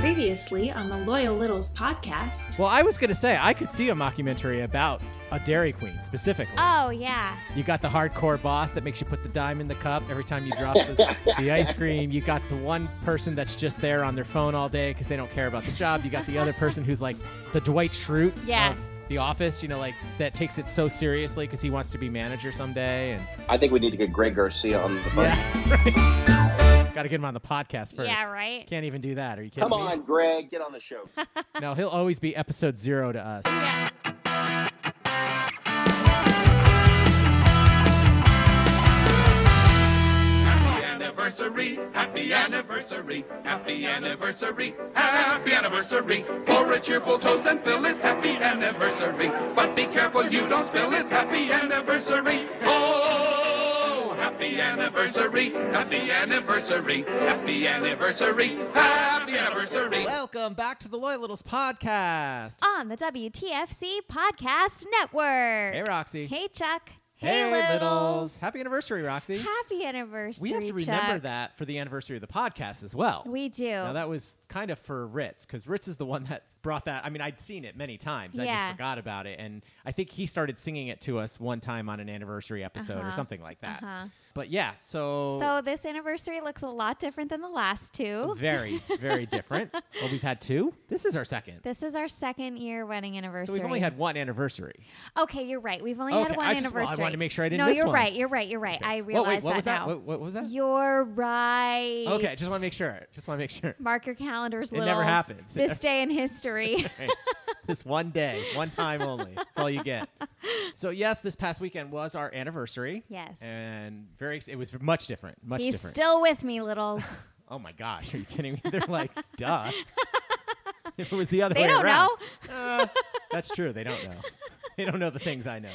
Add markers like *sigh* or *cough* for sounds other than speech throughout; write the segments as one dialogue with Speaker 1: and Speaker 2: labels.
Speaker 1: previously on the Loyal Littles podcast.
Speaker 2: Well, I was going to say, I could see a mockumentary about a Dairy Queen specifically.
Speaker 3: Oh yeah.
Speaker 2: You got the hardcore boss that makes you put the dime in the cup every time you drop the, the ice cream. You got the one person that's just there on their phone all day because they don't care about the job. You got the other person who's like the Dwight Schrute
Speaker 3: Yeah.
Speaker 2: of The Office, you know, like that takes it so seriously because he wants to be manager someday. And
Speaker 4: I think we need to get Greg Garcia on the phone.
Speaker 2: *laughs* got to get him on the podcast first.
Speaker 3: Yeah, right.
Speaker 2: Can't even do that. Are you
Speaker 4: *laughs*
Speaker 2: kidding
Speaker 4: Come
Speaker 2: me?
Speaker 4: on, Greg, get on the show.
Speaker 2: No, he'll always be episode zero to us.
Speaker 3: Yeah.
Speaker 5: Happy anniversary, happy anniversary, happy anniversary, happy anniversary. Pour a cheerful toast and fill it, happy anniversary. But be careful you don't spill it, happy anniversary. Oh, happy anniversary, happy anniversary, happy anniversary, happy anniversary.
Speaker 2: Welcome back to the Loyal Littles podcast.
Speaker 3: On the WTFC Podcast Network.
Speaker 2: Hey, Roxy.
Speaker 3: Hey, Chuck.
Speaker 2: Hey,
Speaker 3: Littles.
Speaker 2: Happy anniversary, Roxy.
Speaker 3: Happy anniversary.
Speaker 2: we have to remember
Speaker 3: Chuck.
Speaker 2: that for the anniversary of the podcast as well.
Speaker 3: We do.
Speaker 2: Now that was kind of for Ritz because Ritz is the one that brought that. I mean, I'd seen it many times. I just
Speaker 3: Yeah.
Speaker 2: forgot about it, and I think he started singing it to us one time on an anniversary episode or
Speaker 3: Uh-huh.
Speaker 2: something like that.
Speaker 3: Uh-huh.
Speaker 2: But yeah, so
Speaker 3: so *laughs* this anniversary looks a lot different than the last
Speaker 2: Oh,
Speaker 3: two.
Speaker 2: very, very different. Well, we've had two. This is our second.
Speaker 3: This is our second year wedding anniversary.
Speaker 2: so we've only had one anniversary.
Speaker 3: Okay, you're right. We've only
Speaker 2: Okay,
Speaker 3: had one
Speaker 2: I just- well, I
Speaker 3: anniversary.
Speaker 2: wanted to make sure I didn't
Speaker 3: No,
Speaker 2: miss
Speaker 3: you're
Speaker 2: one.
Speaker 3: right. You're right. You're right. I
Speaker 2: Whoa,
Speaker 3: realize
Speaker 2: wait, what
Speaker 3: that
Speaker 2: was
Speaker 3: now.
Speaker 2: that? What, what was that?
Speaker 3: You're right.
Speaker 2: okay, I just want to make sure. Just want to make sure.
Speaker 3: mark your calendars.
Speaker 2: It never
Speaker 3: Littles.
Speaker 2: happens. It
Speaker 3: This
Speaker 2: never-
Speaker 3: day
Speaker 2: *laughs*
Speaker 3: in history.
Speaker 2: Right. this one day, one time only. That's all you get. So yes, this past weekend was our anniversary.
Speaker 3: Yes.
Speaker 2: And very, ex- it was much different. Much
Speaker 3: He's
Speaker 2: different.
Speaker 3: still with
Speaker 2: *laughs*
Speaker 3: me, Littles.
Speaker 2: oh my gosh, are you kidding me? They're like,
Speaker 3: *laughs*
Speaker 2: duh. if it was the other
Speaker 3: They
Speaker 2: way
Speaker 3: don't
Speaker 2: around. Uh, that's true. They don't know. They don't know the things I know.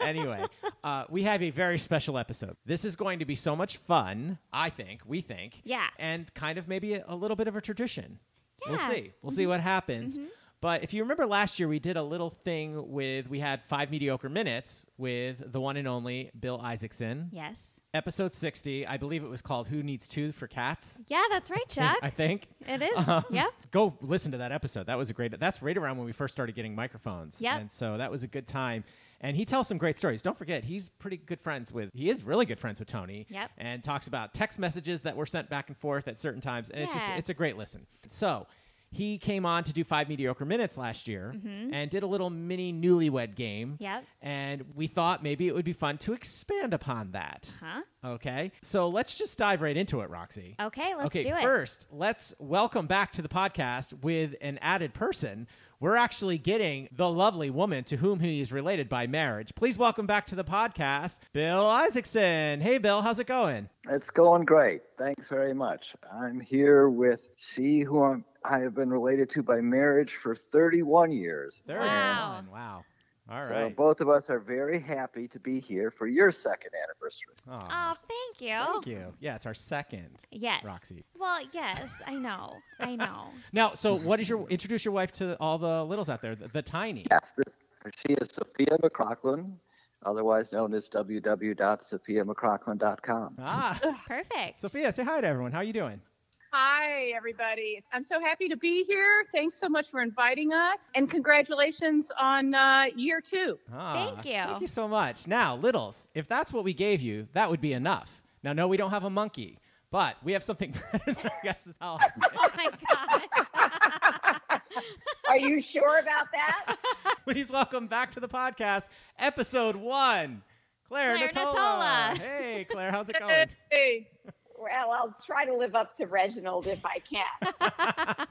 Speaker 2: Anyway, uh, we have a very special episode. This is going to be so much fun. I think. We think.
Speaker 3: Yeah.
Speaker 2: And kind of maybe a, a little bit of a tradition.
Speaker 3: Yeah. Mm-hmm.
Speaker 2: We'll see. We'll see what happens. But if you remember last year, we did a little thing with, we had five mediocre minutes with the one and only Bill Isaacson.
Speaker 3: yes.
Speaker 2: Episode 60, I believe it was called Who Needs Two for Cats?
Speaker 3: Yeah, that's right, Chuck.
Speaker 2: *laughs* I think.
Speaker 3: it is.
Speaker 2: Um,
Speaker 3: yep.
Speaker 2: *clears throat* Go listen to that episode. That was a great, that's right around when we first started getting microphones.
Speaker 3: Yep.
Speaker 2: And so that was a good time. And he tells some great stories. Don't forget, he's pretty good friends with, he is really good friends with Tony.
Speaker 3: Yep.
Speaker 2: And talks about text messages that were sent back and forth at certain times. And it's just,
Speaker 3: Yeah.
Speaker 2: it's a great listen. So he came on to do five mediocre minutes last year and did a little mini newlywed game.
Speaker 3: Mm-hmm. Yep.
Speaker 2: And we thought maybe it would be fun to expand upon that.
Speaker 3: Huh?
Speaker 2: Okay. So let's just dive right into it, Roxy.
Speaker 3: Okay, let's
Speaker 2: okay,
Speaker 3: do it.
Speaker 2: First, let's welcome back to the podcast with an added person. We're actually getting the lovely woman to whom he is related by marriage. Please welcome back to the podcast, Bill Isaacson. Hey, Bill, how's it going?
Speaker 6: It's going great. Thanks very much. I'm here with she who I'm, I have been related to by marriage for 31 years.
Speaker 2: There
Speaker 3: Wow.
Speaker 2: we go. Wow. All
Speaker 6: so
Speaker 2: right.
Speaker 6: both of us are very happy to be here for your second anniversary.
Speaker 2: Aw,
Speaker 3: Oh, thank you.
Speaker 2: Thank you. Yeah, it's our second,
Speaker 3: Yes.
Speaker 2: Roxy.
Speaker 3: Well, yes, I know. I know.
Speaker 2: *laughs* Now, so what is your introduce your wife to all the littles out there, the, the tiny.
Speaker 6: Yes, this, she is Sophia McCrocklin, otherwise known as www.sophiamcrocklin.com.
Speaker 2: Ah,
Speaker 3: *laughs* Perfect.
Speaker 2: Sophia, say hi to everyone. How are you doing?
Speaker 7: Hi, everybody. I'm so happy to be here. Thanks so much for inviting us, and congratulations on uh, year two.
Speaker 2: Ah,
Speaker 3: Thank you.
Speaker 2: Thank you so much. Now, Littles, if that's what we gave you, that would be enough. Now, no, we don't have a monkey, but we have something *laughs* better than Gus's house.
Speaker 3: Oh
Speaker 2: *laughs*
Speaker 3: my gosh.
Speaker 7: Are you sure about that?
Speaker 2: Please welcome back to the podcast, episode one, Claire,
Speaker 3: Claire
Speaker 2: Natola.
Speaker 3: Natola.
Speaker 2: Hey, Claire,
Speaker 7: *laughs*
Speaker 2: how's it going?
Speaker 7: Hey.
Speaker 8: Well, I'll try to live up to Reginald if I can.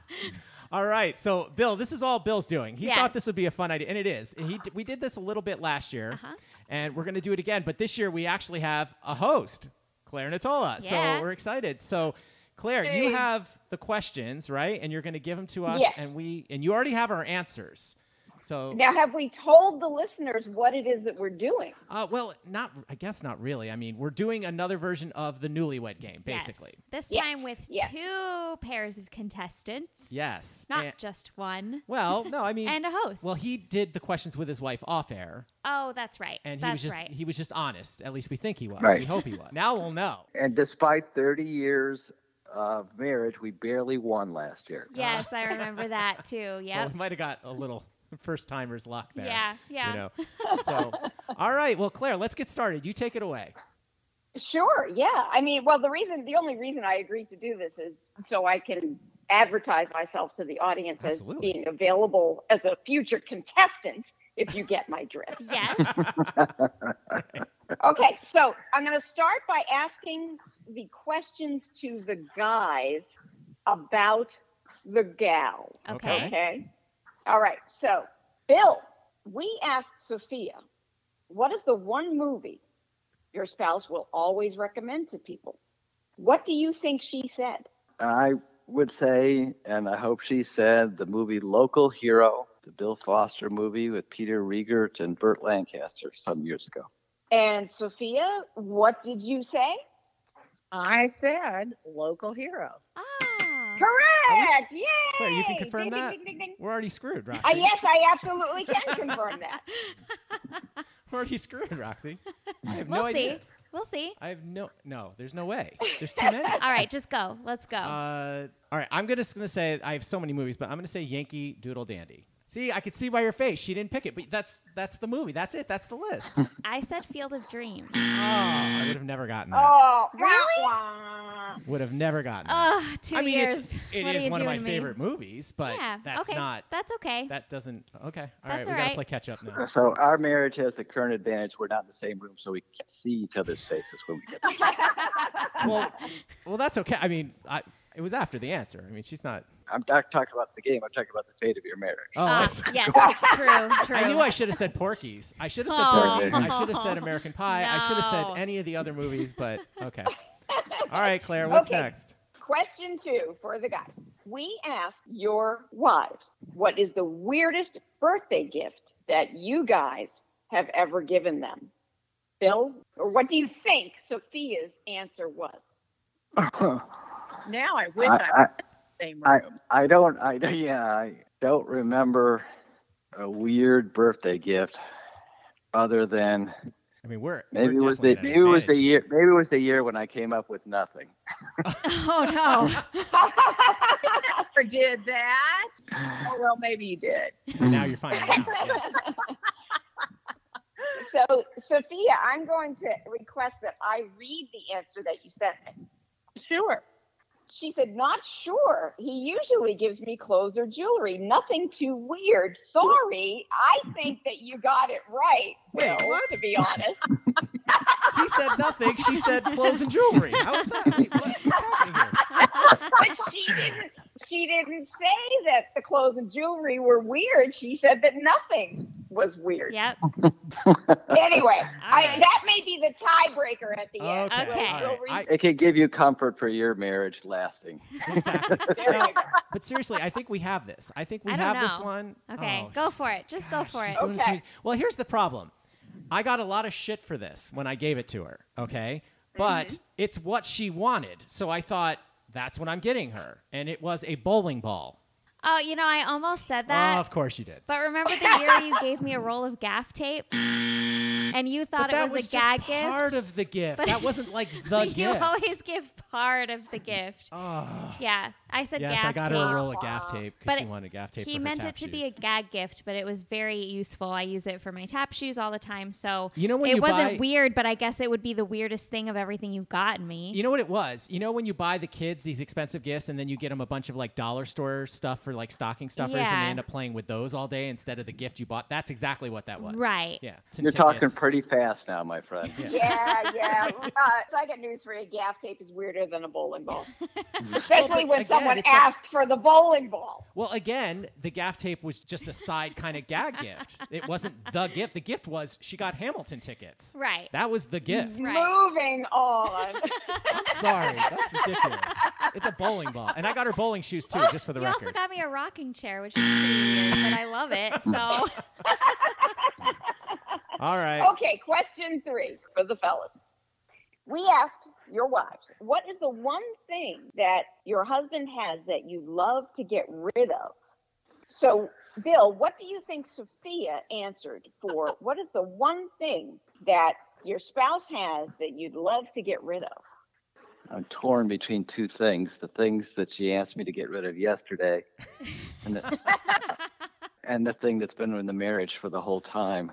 Speaker 2: All right, so Bill, this is all Bill's doing. He
Speaker 3: Yes.
Speaker 2: thought this would be a fun idea, and it is. And he, d- we did this a little bit last year,
Speaker 3: Uh-huh.
Speaker 2: and we're going to do it again. But this year, we actually have a host, Claire Natola.
Speaker 3: Yeah.
Speaker 2: So we're excited. So, Claire, you have the questions, right? And you're going to give them to us,
Speaker 8: Yes.
Speaker 2: and we and you already have our answers. So,
Speaker 8: now, have we told the listeners what it is that we're doing?
Speaker 2: uh, well, not I guess not really. I mean, we're doing another version of the Newlywed Game, basically.
Speaker 3: Yes. This
Speaker 8: Yeah.
Speaker 3: time with
Speaker 8: Yeah.
Speaker 3: two pairs of contestants.
Speaker 2: Yes.
Speaker 3: Not
Speaker 2: And-
Speaker 3: just one.
Speaker 2: well, no, I mean,
Speaker 3: *laughs* And a host.
Speaker 2: well, he did the questions with his wife off air.
Speaker 3: oh, that's right.
Speaker 2: and he
Speaker 3: that's
Speaker 2: was just
Speaker 3: right.
Speaker 2: he was just honest. At least we think he was.
Speaker 3: *laughs*
Speaker 6: Right.
Speaker 2: We hope he was. Now we'll know.
Speaker 6: And despite 30 years of marriage we barely won last year.
Speaker 3: Yes, I remember that too.
Speaker 2: uh, *laughs* Well,
Speaker 3: Yep.
Speaker 2: we might have got a little *laughs* first timers luck there.
Speaker 3: yeah, yeah.
Speaker 2: You know.
Speaker 3: *laughs*
Speaker 2: So, all right. Well, Claire, let's get started. You take it away.
Speaker 8: Sure. Yeah. I mean, well, the reason, the only reason I agreed to do this is so I can advertise myself to the audience
Speaker 2: Absolutely.
Speaker 8: as being available as a future contestant if you get
Speaker 3: *laughs*
Speaker 8: my drift.
Speaker 3: Yes.
Speaker 2: *laughs*
Speaker 8: Okay. So I'm going to start by asking the questions to the guys about the gals.
Speaker 2: Okay.
Speaker 3: Okay.
Speaker 8: Okay. All right. So, Bill, we asked Sophia, what is the one movie your spouse will always recommend to people? What do you think she said?
Speaker 6: I would say, and I hope she said, the movie Local Hero, the Bill Foster movie with Peter Riegert and Burt Lancaster some years ago.
Speaker 8: And Sophia, what did you say?
Speaker 7: I said local hero.
Speaker 3: Ah.
Speaker 8: Correct! Yay!
Speaker 2: Claire, you can confirm
Speaker 8: Ding, ding,
Speaker 2: that?
Speaker 8: ding, ding, ding.
Speaker 2: We're already screwed, Roxy.
Speaker 8: Uh, yes, I absolutely can confirm that.
Speaker 2: *laughs* We're already screwed, Roxy.
Speaker 3: *laughs*
Speaker 2: I have
Speaker 3: We'll
Speaker 2: no
Speaker 3: see.
Speaker 2: idea.
Speaker 3: We'll see.
Speaker 2: I have no. No, there's no
Speaker 3: *laughs*
Speaker 2: way. There's too many.
Speaker 3: All right, just go. Let's go.
Speaker 2: Uh, all right, I'm gonna- just gonna say I have so many movies, but I'm gonna say Yankee Doodle Dandy. See, I could see by your face she didn't pick it, but that's that's the movie. That's it. That's the list. oh,
Speaker 3: I said Field of Dreams.
Speaker 2: I would have never gotten that.
Speaker 8: Oh,
Speaker 3: Really?
Speaker 8: *laughs* wah, wah.
Speaker 2: Would have never gotten. that.
Speaker 3: Oh, two
Speaker 2: I mean,
Speaker 3: years.
Speaker 2: it's it
Speaker 3: What are
Speaker 2: is
Speaker 3: you
Speaker 2: one of my
Speaker 3: doing to me?
Speaker 2: favorite movies, but
Speaker 3: yeah.
Speaker 2: that's
Speaker 3: okay.
Speaker 2: not.
Speaker 3: That's okay.
Speaker 2: That doesn't. Okay. all
Speaker 3: That's
Speaker 2: we
Speaker 3: all
Speaker 2: gotta
Speaker 3: right.
Speaker 2: play catch up
Speaker 6: *laughs*
Speaker 2: now.
Speaker 6: So our marriage has the current advantage we're not in the same room, so we can see each other's faces when we get there.
Speaker 2: well, well, that's okay. I mean, I, it was after the answer. I mean, she's not.
Speaker 6: I'm not talking about the game. I'm talking about the fate of your marriage.
Speaker 2: Oh, I
Speaker 3: Ah,
Speaker 2: see. *laughs*
Speaker 3: yes. true. True.
Speaker 2: I knew I should have said Porky's. I should have said
Speaker 3: Aw.
Speaker 2: Porky's. I should have
Speaker 3: *laughs*
Speaker 2: said American Pie. I should have
Speaker 3: No.
Speaker 2: said any of the other movies, but okay. All right, Claire, what's
Speaker 8: Okay.
Speaker 2: next?
Speaker 8: Question two for the guys. We asked your wives, what is the weirdest birthday gift that you guys have ever given them? Bill, or what do you think Sophia's answer was? *laughs*
Speaker 7: Now I wish I, was
Speaker 6: I,
Speaker 7: in the same
Speaker 6: I,
Speaker 7: room.
Speaker 6: I don't I yeah I don't remember a weird birthday gift other than
Speaker 2: I mean, we're
Speaker 6: maybe it
Speaker 2: we're
Speaker 6: was the
Speaker 2: definitely at
Speaker 6: maybe it was the
Speaker 2: advantage.
Speaker 6: year maybe it was the year when I came up with nothing.
Speaker 3: *laughs*
Speaker 2: *laughs*
Speaker 3: Oh no.
Speaker 7: I never did that. Oh well, maybe you did.
Speaker 2: Now you're finding out. yeah.
Speaker 8: So, Sophia, I'm going to request that I read the answer that you sent me.
Speaker 7: Sure.
Speaker 8: She said, Not sure. He usually gives me clothes or jewelry. Nothing too weird. Sorry. I think that you got it right,
Speaker 2: Wait,
Speaker 8: Bill,
Speaker 2: what?
Speaker 8: to be honest.
Speaker 2: He said nothing. She said clothes and jewelry. How is that? Wait, what- what's happening here?
Speaker 8: but she didn't she didn't say that the clothes and jewelry were weird. She said that nothing was weird.
Speaker 3: yep.
Speaker 8: Anyway, I,
Speaker 3: right.
Speaker 8: that may be the tiebreaker at the end.
Speaker 2: Okay.
Speaker 3: Okay.
Speaker 2: all right. I-
Speaker 6: It can give you comfort for your marriage lasting.
Speaker 3: *laughs*
Speaker 2: exactly.
Speaker 8: There
Speaker 2: No,
Speaker 8: you go.
Speaker 2: but seriously, I think we have this. I think we
Speaker 3: I don't
Speaker 2: have this
Speaker 3: know.
Speaker 2: one.
Speaker 3: Okay,
Speaker 2: Oh,
Speaker 3: go for it. Just go
Speaker 2: gosh,
Speaker 3: for
Speaker 2: she's
Speaker 3: it.
Speaker 2: doing it to
Speaker 8: Okay.
Speaker 2: me. Well, here's the problem. I got a lot of shit for this when I gave it to her. Okay, but it's what she wanted, so I thought that's what I'm getting her, and it was a bowling ball.
Speaker 3: Oh, you know, I almost
Speaker 2: Uh,
Speaker 3: said that.
Speaker 2: of course you did.
Speaker 3: But remember the year you gave me a roll of gaff tape, and you
Speaker 2: But
Speaker 3: thought
Speaker 2: that
Speaker 3: it was, a
Speaker 2: just
Speaker 3: gag
Speaker 2: part
Speaker 3: *laughs* gift.
Speaker 2: of the gift.
Speaker 3: But-
Speaker 2: that wasn't
Speaker 3: *laughs*
Speaker 2: like the
Speaker 3: But you
Speaker 2: gift.
Speaker 3: always give part of the gift.
Speaker 2: Oh.
Speaker 3: Yeah, I said
Speaker 2: Yes,
Speaker 3: gaff
Speaker 2: I got
Speaker 3: tape.
Speaker 2: her a roll of gaff tape because
Speaker 3: But
Speaker 2: she
Speaker 3: it-
Speaker 2: wanted gaff tape.
Speaker 3: He
Speaker 2: for her
Speaker 3: meant
Speaker 2: tap
Speaker 3: it to be a
Speaker 2: shoes.
Speaker 3: gag gift, but it was very useful. I use it for my tap shoes all the time, so
Speaker 2: You know when
Speaker 3: it
Speaker 2: you
Speaker 3: wasn't
Speaker 2: buy-
Speaker 3: weird. But I guess it would be the weirdest thing of everything you've gotten me.
Speaker 2: You know what it was? You know when you buy the kids these expensive gifts and then you get them a bunch of like dollar store stuff for like stocking stuffers and
Speaker 3: Yeah.
Speaker 2: they end up playing with those all day instead of the gift you bought? That's exactly what that was.
Speaker 3: Right.
Speaker 2: Yeah. Some
Speaker 6: You're talking
Speaker 2: tickets.
Speaker 6: pretty fast now, my friend.
Speaker 2: *laughs*
Speaker 8: Yeah, yeah. Uh, so I got news for you. Gaff tape is weirder than a
Speaker 2: *laughs*
Speaker 8: bowling ball, especially
Speaker 2: but
Speaker 8: when
Speaker 2: again,
Speaker 8: someone
Speaker 2: it's like-
Speaker 8: asked for the bowling ball.
Speaker 2: Well, again, the gaff tape was just a side kind of gag gift. It wasn't the gift. The gift was she got Hamilton tickets.
Speaker 3: Right.
Speaker 2: That was the
Speaker 3: *laughs*
Speaker 2: gift.
Speaker 3: Right.
Speaker 8: Moving on.
Speaker 2: I'm sorry. That's ridiculous. It's a bowling ball. And I got her bowling shoes too, just for the
Speaker 3: you
Speaker 2: record.
Speaker 3: also got me a rocking chair, which is pretty weird, but I love it.
Speaker 2: *laughs*
Speaker 3: So
Speaker 2: all right.
Speaker 8: Okay, question three for the fellas. We asked your wives, what is the one thing that your husband has that you love to get rid of? So, Bill, what do you think Sophia answered for what is the one thing that your spouse has that you'd love to get rid of?
Speaker 6: I'm torn between two things: the things that she asked me to get rid of yesterday, and the, and the thing that's been in the marriage for the whole time.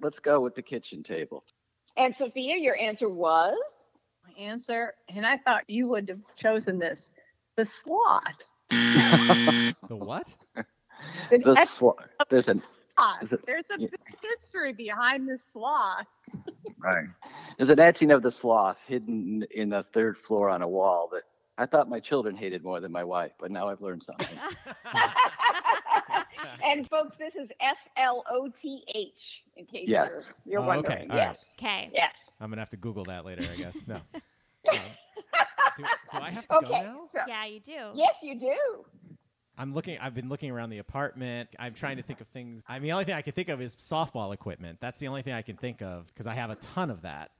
Speaker 6: Let's go with the kitchen table.
Speaker 8: And Sophia, your answer was
Speaker 7: My answer, and I thought you would have chosen this the sloth.
Speaker 3: Oh.
Speaker 2: The
Speaker 3: *laughs*
Speaker 2: what?
Speaker 7: The
Speaker 6: The
Speaker 7: heck
Speaker 6: sl- there's an
Speaker 7: sloth.
Speaker 6: is it-
Speaker 7: There's a
Speaker 6: yeah.
Speaker 7: big history behind the sloth.
Speaker 6: Right. There's an etching of the sloth hidden in the third floor on a wall that I thought my children hated more than my wife, but now I've learned something.
Speaker 8: and folks, this is S L O T H. In case
Speaker 6: Yes.
Speaker 8: you're,
Speaker 2: Oh,
Speaker 8: you're
Speaker 2: okay.
Speaker 8: wondering.
Speaker 2: All
Speaker 8: Yes.
Speaker 2: right.
Speaker 3: Okay.
Speaker 8: Yes.
Speaker 2: I'm gonna have to Google that later, I guess. No. Um, do, do I have to go
Speaker 8: Okay.
Speaker 2: now?
Speaker 8: So,
Speaker 3: Yeah, you do.
Speaker 8: yes, you do.
Speaker 2: I'm looking. I've been looking around the apartment. I'm trying to think of things. I mean, the only thing I can think of is softball equipment. That's the only thing I can think of because I have a ton of that.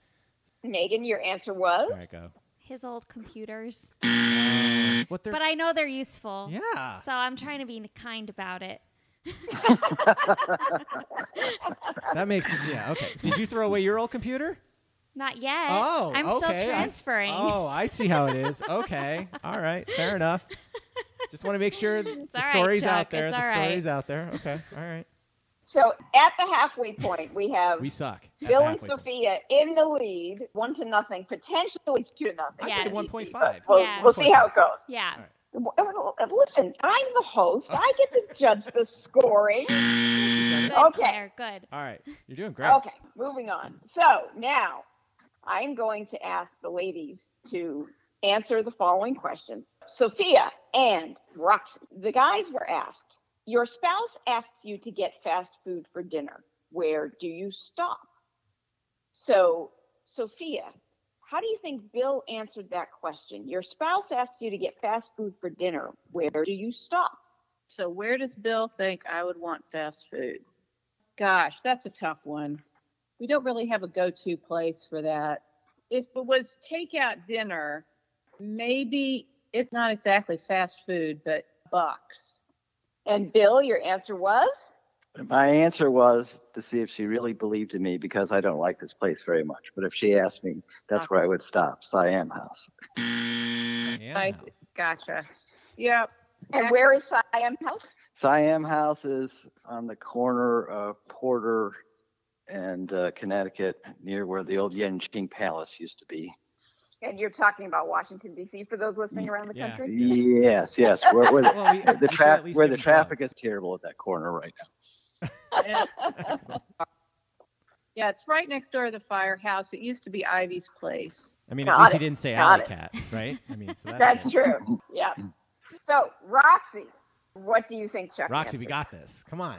Speaker 8: Megan, your answer was
Speaker 2: There I go.
Speaker 3: His old computers.
Speaker 2: What they're
Speaker 3: But I know they're useful.
Speaker 2: yeah.
Speaker 3: So I'm trying to be kind about it.
Speaker 2: That makes yeah. Okay. Did you throw away your old computer?
Speaker 3: Not yet.
Speaker 2: Oh,
Speaker 3: I'm
Speaker 2: okay. I-
Speaker 3: still transferring.
Speaker 2: Oh, I see how it is. Okay. All right. Fair enough. Just want to make sure the
Speaker 3: all right,
Speaker 2: story's out
Speaker 3: Chuck.
Speaker 2: there.
Speaker 3: It's
Speaker 2: the
Speaker 3: all right.
Speaker 2: story's out there. Okay. All right.
Speaker 8: so at the halfway point we have
Speaker 2: We suck. at the
Speaker 8: Bill and
Speaker 2: halfway point.
Speaker 8: Sophia in the lead, one to nothing, potentially two to nothing.
Speaker 2: I'd
Speaker 3: Yeah.
Speaker 2: say 1.5.
Speaker 8: We'll,
Speaker 3: Yeah.
Speaker 8: we'll see how it goes.
Speaker 3: Yeah.
Speaker 2: All right.
Speaker 8: Well, Listen, I'm the host. I get to judge the scoring.
Speaker 2: *laughs*
Speaker 3: Good,
Speaker 8: Okay.
Speaker 3: Claire, good.
Speaker 2: All right. You're doing great.
Speaker 8: Okay, moving on. So now I'm going to ask the ladies to answer the following questions. Sophia and Roxy, the guys were asked, Your spouse asks you to get fast food for dinner. Where do you stop? So, Sophia, how do you think Bill answered that question? Your spouse asks you to get fast food for dinner. Where do you stop?
Speaker 7: So where does Bill think I would want fast food? Gosh, that's a tough one. We don't really have a go-to place for that. If it was takeout dinner, maybe it's not exactly fast food, but Bucks.
Speaker 8: And Bill, your answer was?
Speaker 6: My answer was to see if she really believed in me because I don't like this place very much. But if she asked me, that's where I would stop. Siam House.
Speaker 2: Yeah.
Speaker 7: Nice. Gotcha. Yep.
Speaker 8: And where is Siam House?
Speaker 6: Siam House is on the corner of Porter and uh, Connecticut, near where the old Yenching Palace used to be.
Speaker 8: And you're talking about Washington D.C. for those listening around the
Speaker 2: Yeah.
Speaker 8: country.
Speaker 2: *laughs*
Speaker 6: Yes, yes. Where, where the,
Speaker 2: Well, we- we
Speaker 6: *laughs* the
Speaker 2: should
Speaker 6: tra-
Speaker 2: at least
Speaker 6: where
Speaker 2: give
Speaker 6: the
Speaker 2: him
Speaker 6: traffic
Speaker 2: props.
Speaker 6: is terrible at that corner right now.
Speaker 7: And-
Speaker 6: *laughs*
Speaker 2: Excellent.
Speaker 7: yeah, it's right next door to the firehouse. It used to be Ivy's place.
Speaker 2: I mean, at
Speaker 8: Got
Speaker 2: least he
Speaker 8: it.
Speaker 2: didn't say
Speaker 8: Got
Speaker 2: alley cat, right? I mean, so that's,
Speaker 8: That's
Speaker 2: good.
Speaker 8: true. Yeah. So Roxy, what do you think, Chuck?
Speaker 2: Roxy, we
Speaker 8: answered?
Speaker 2: got this. Come on.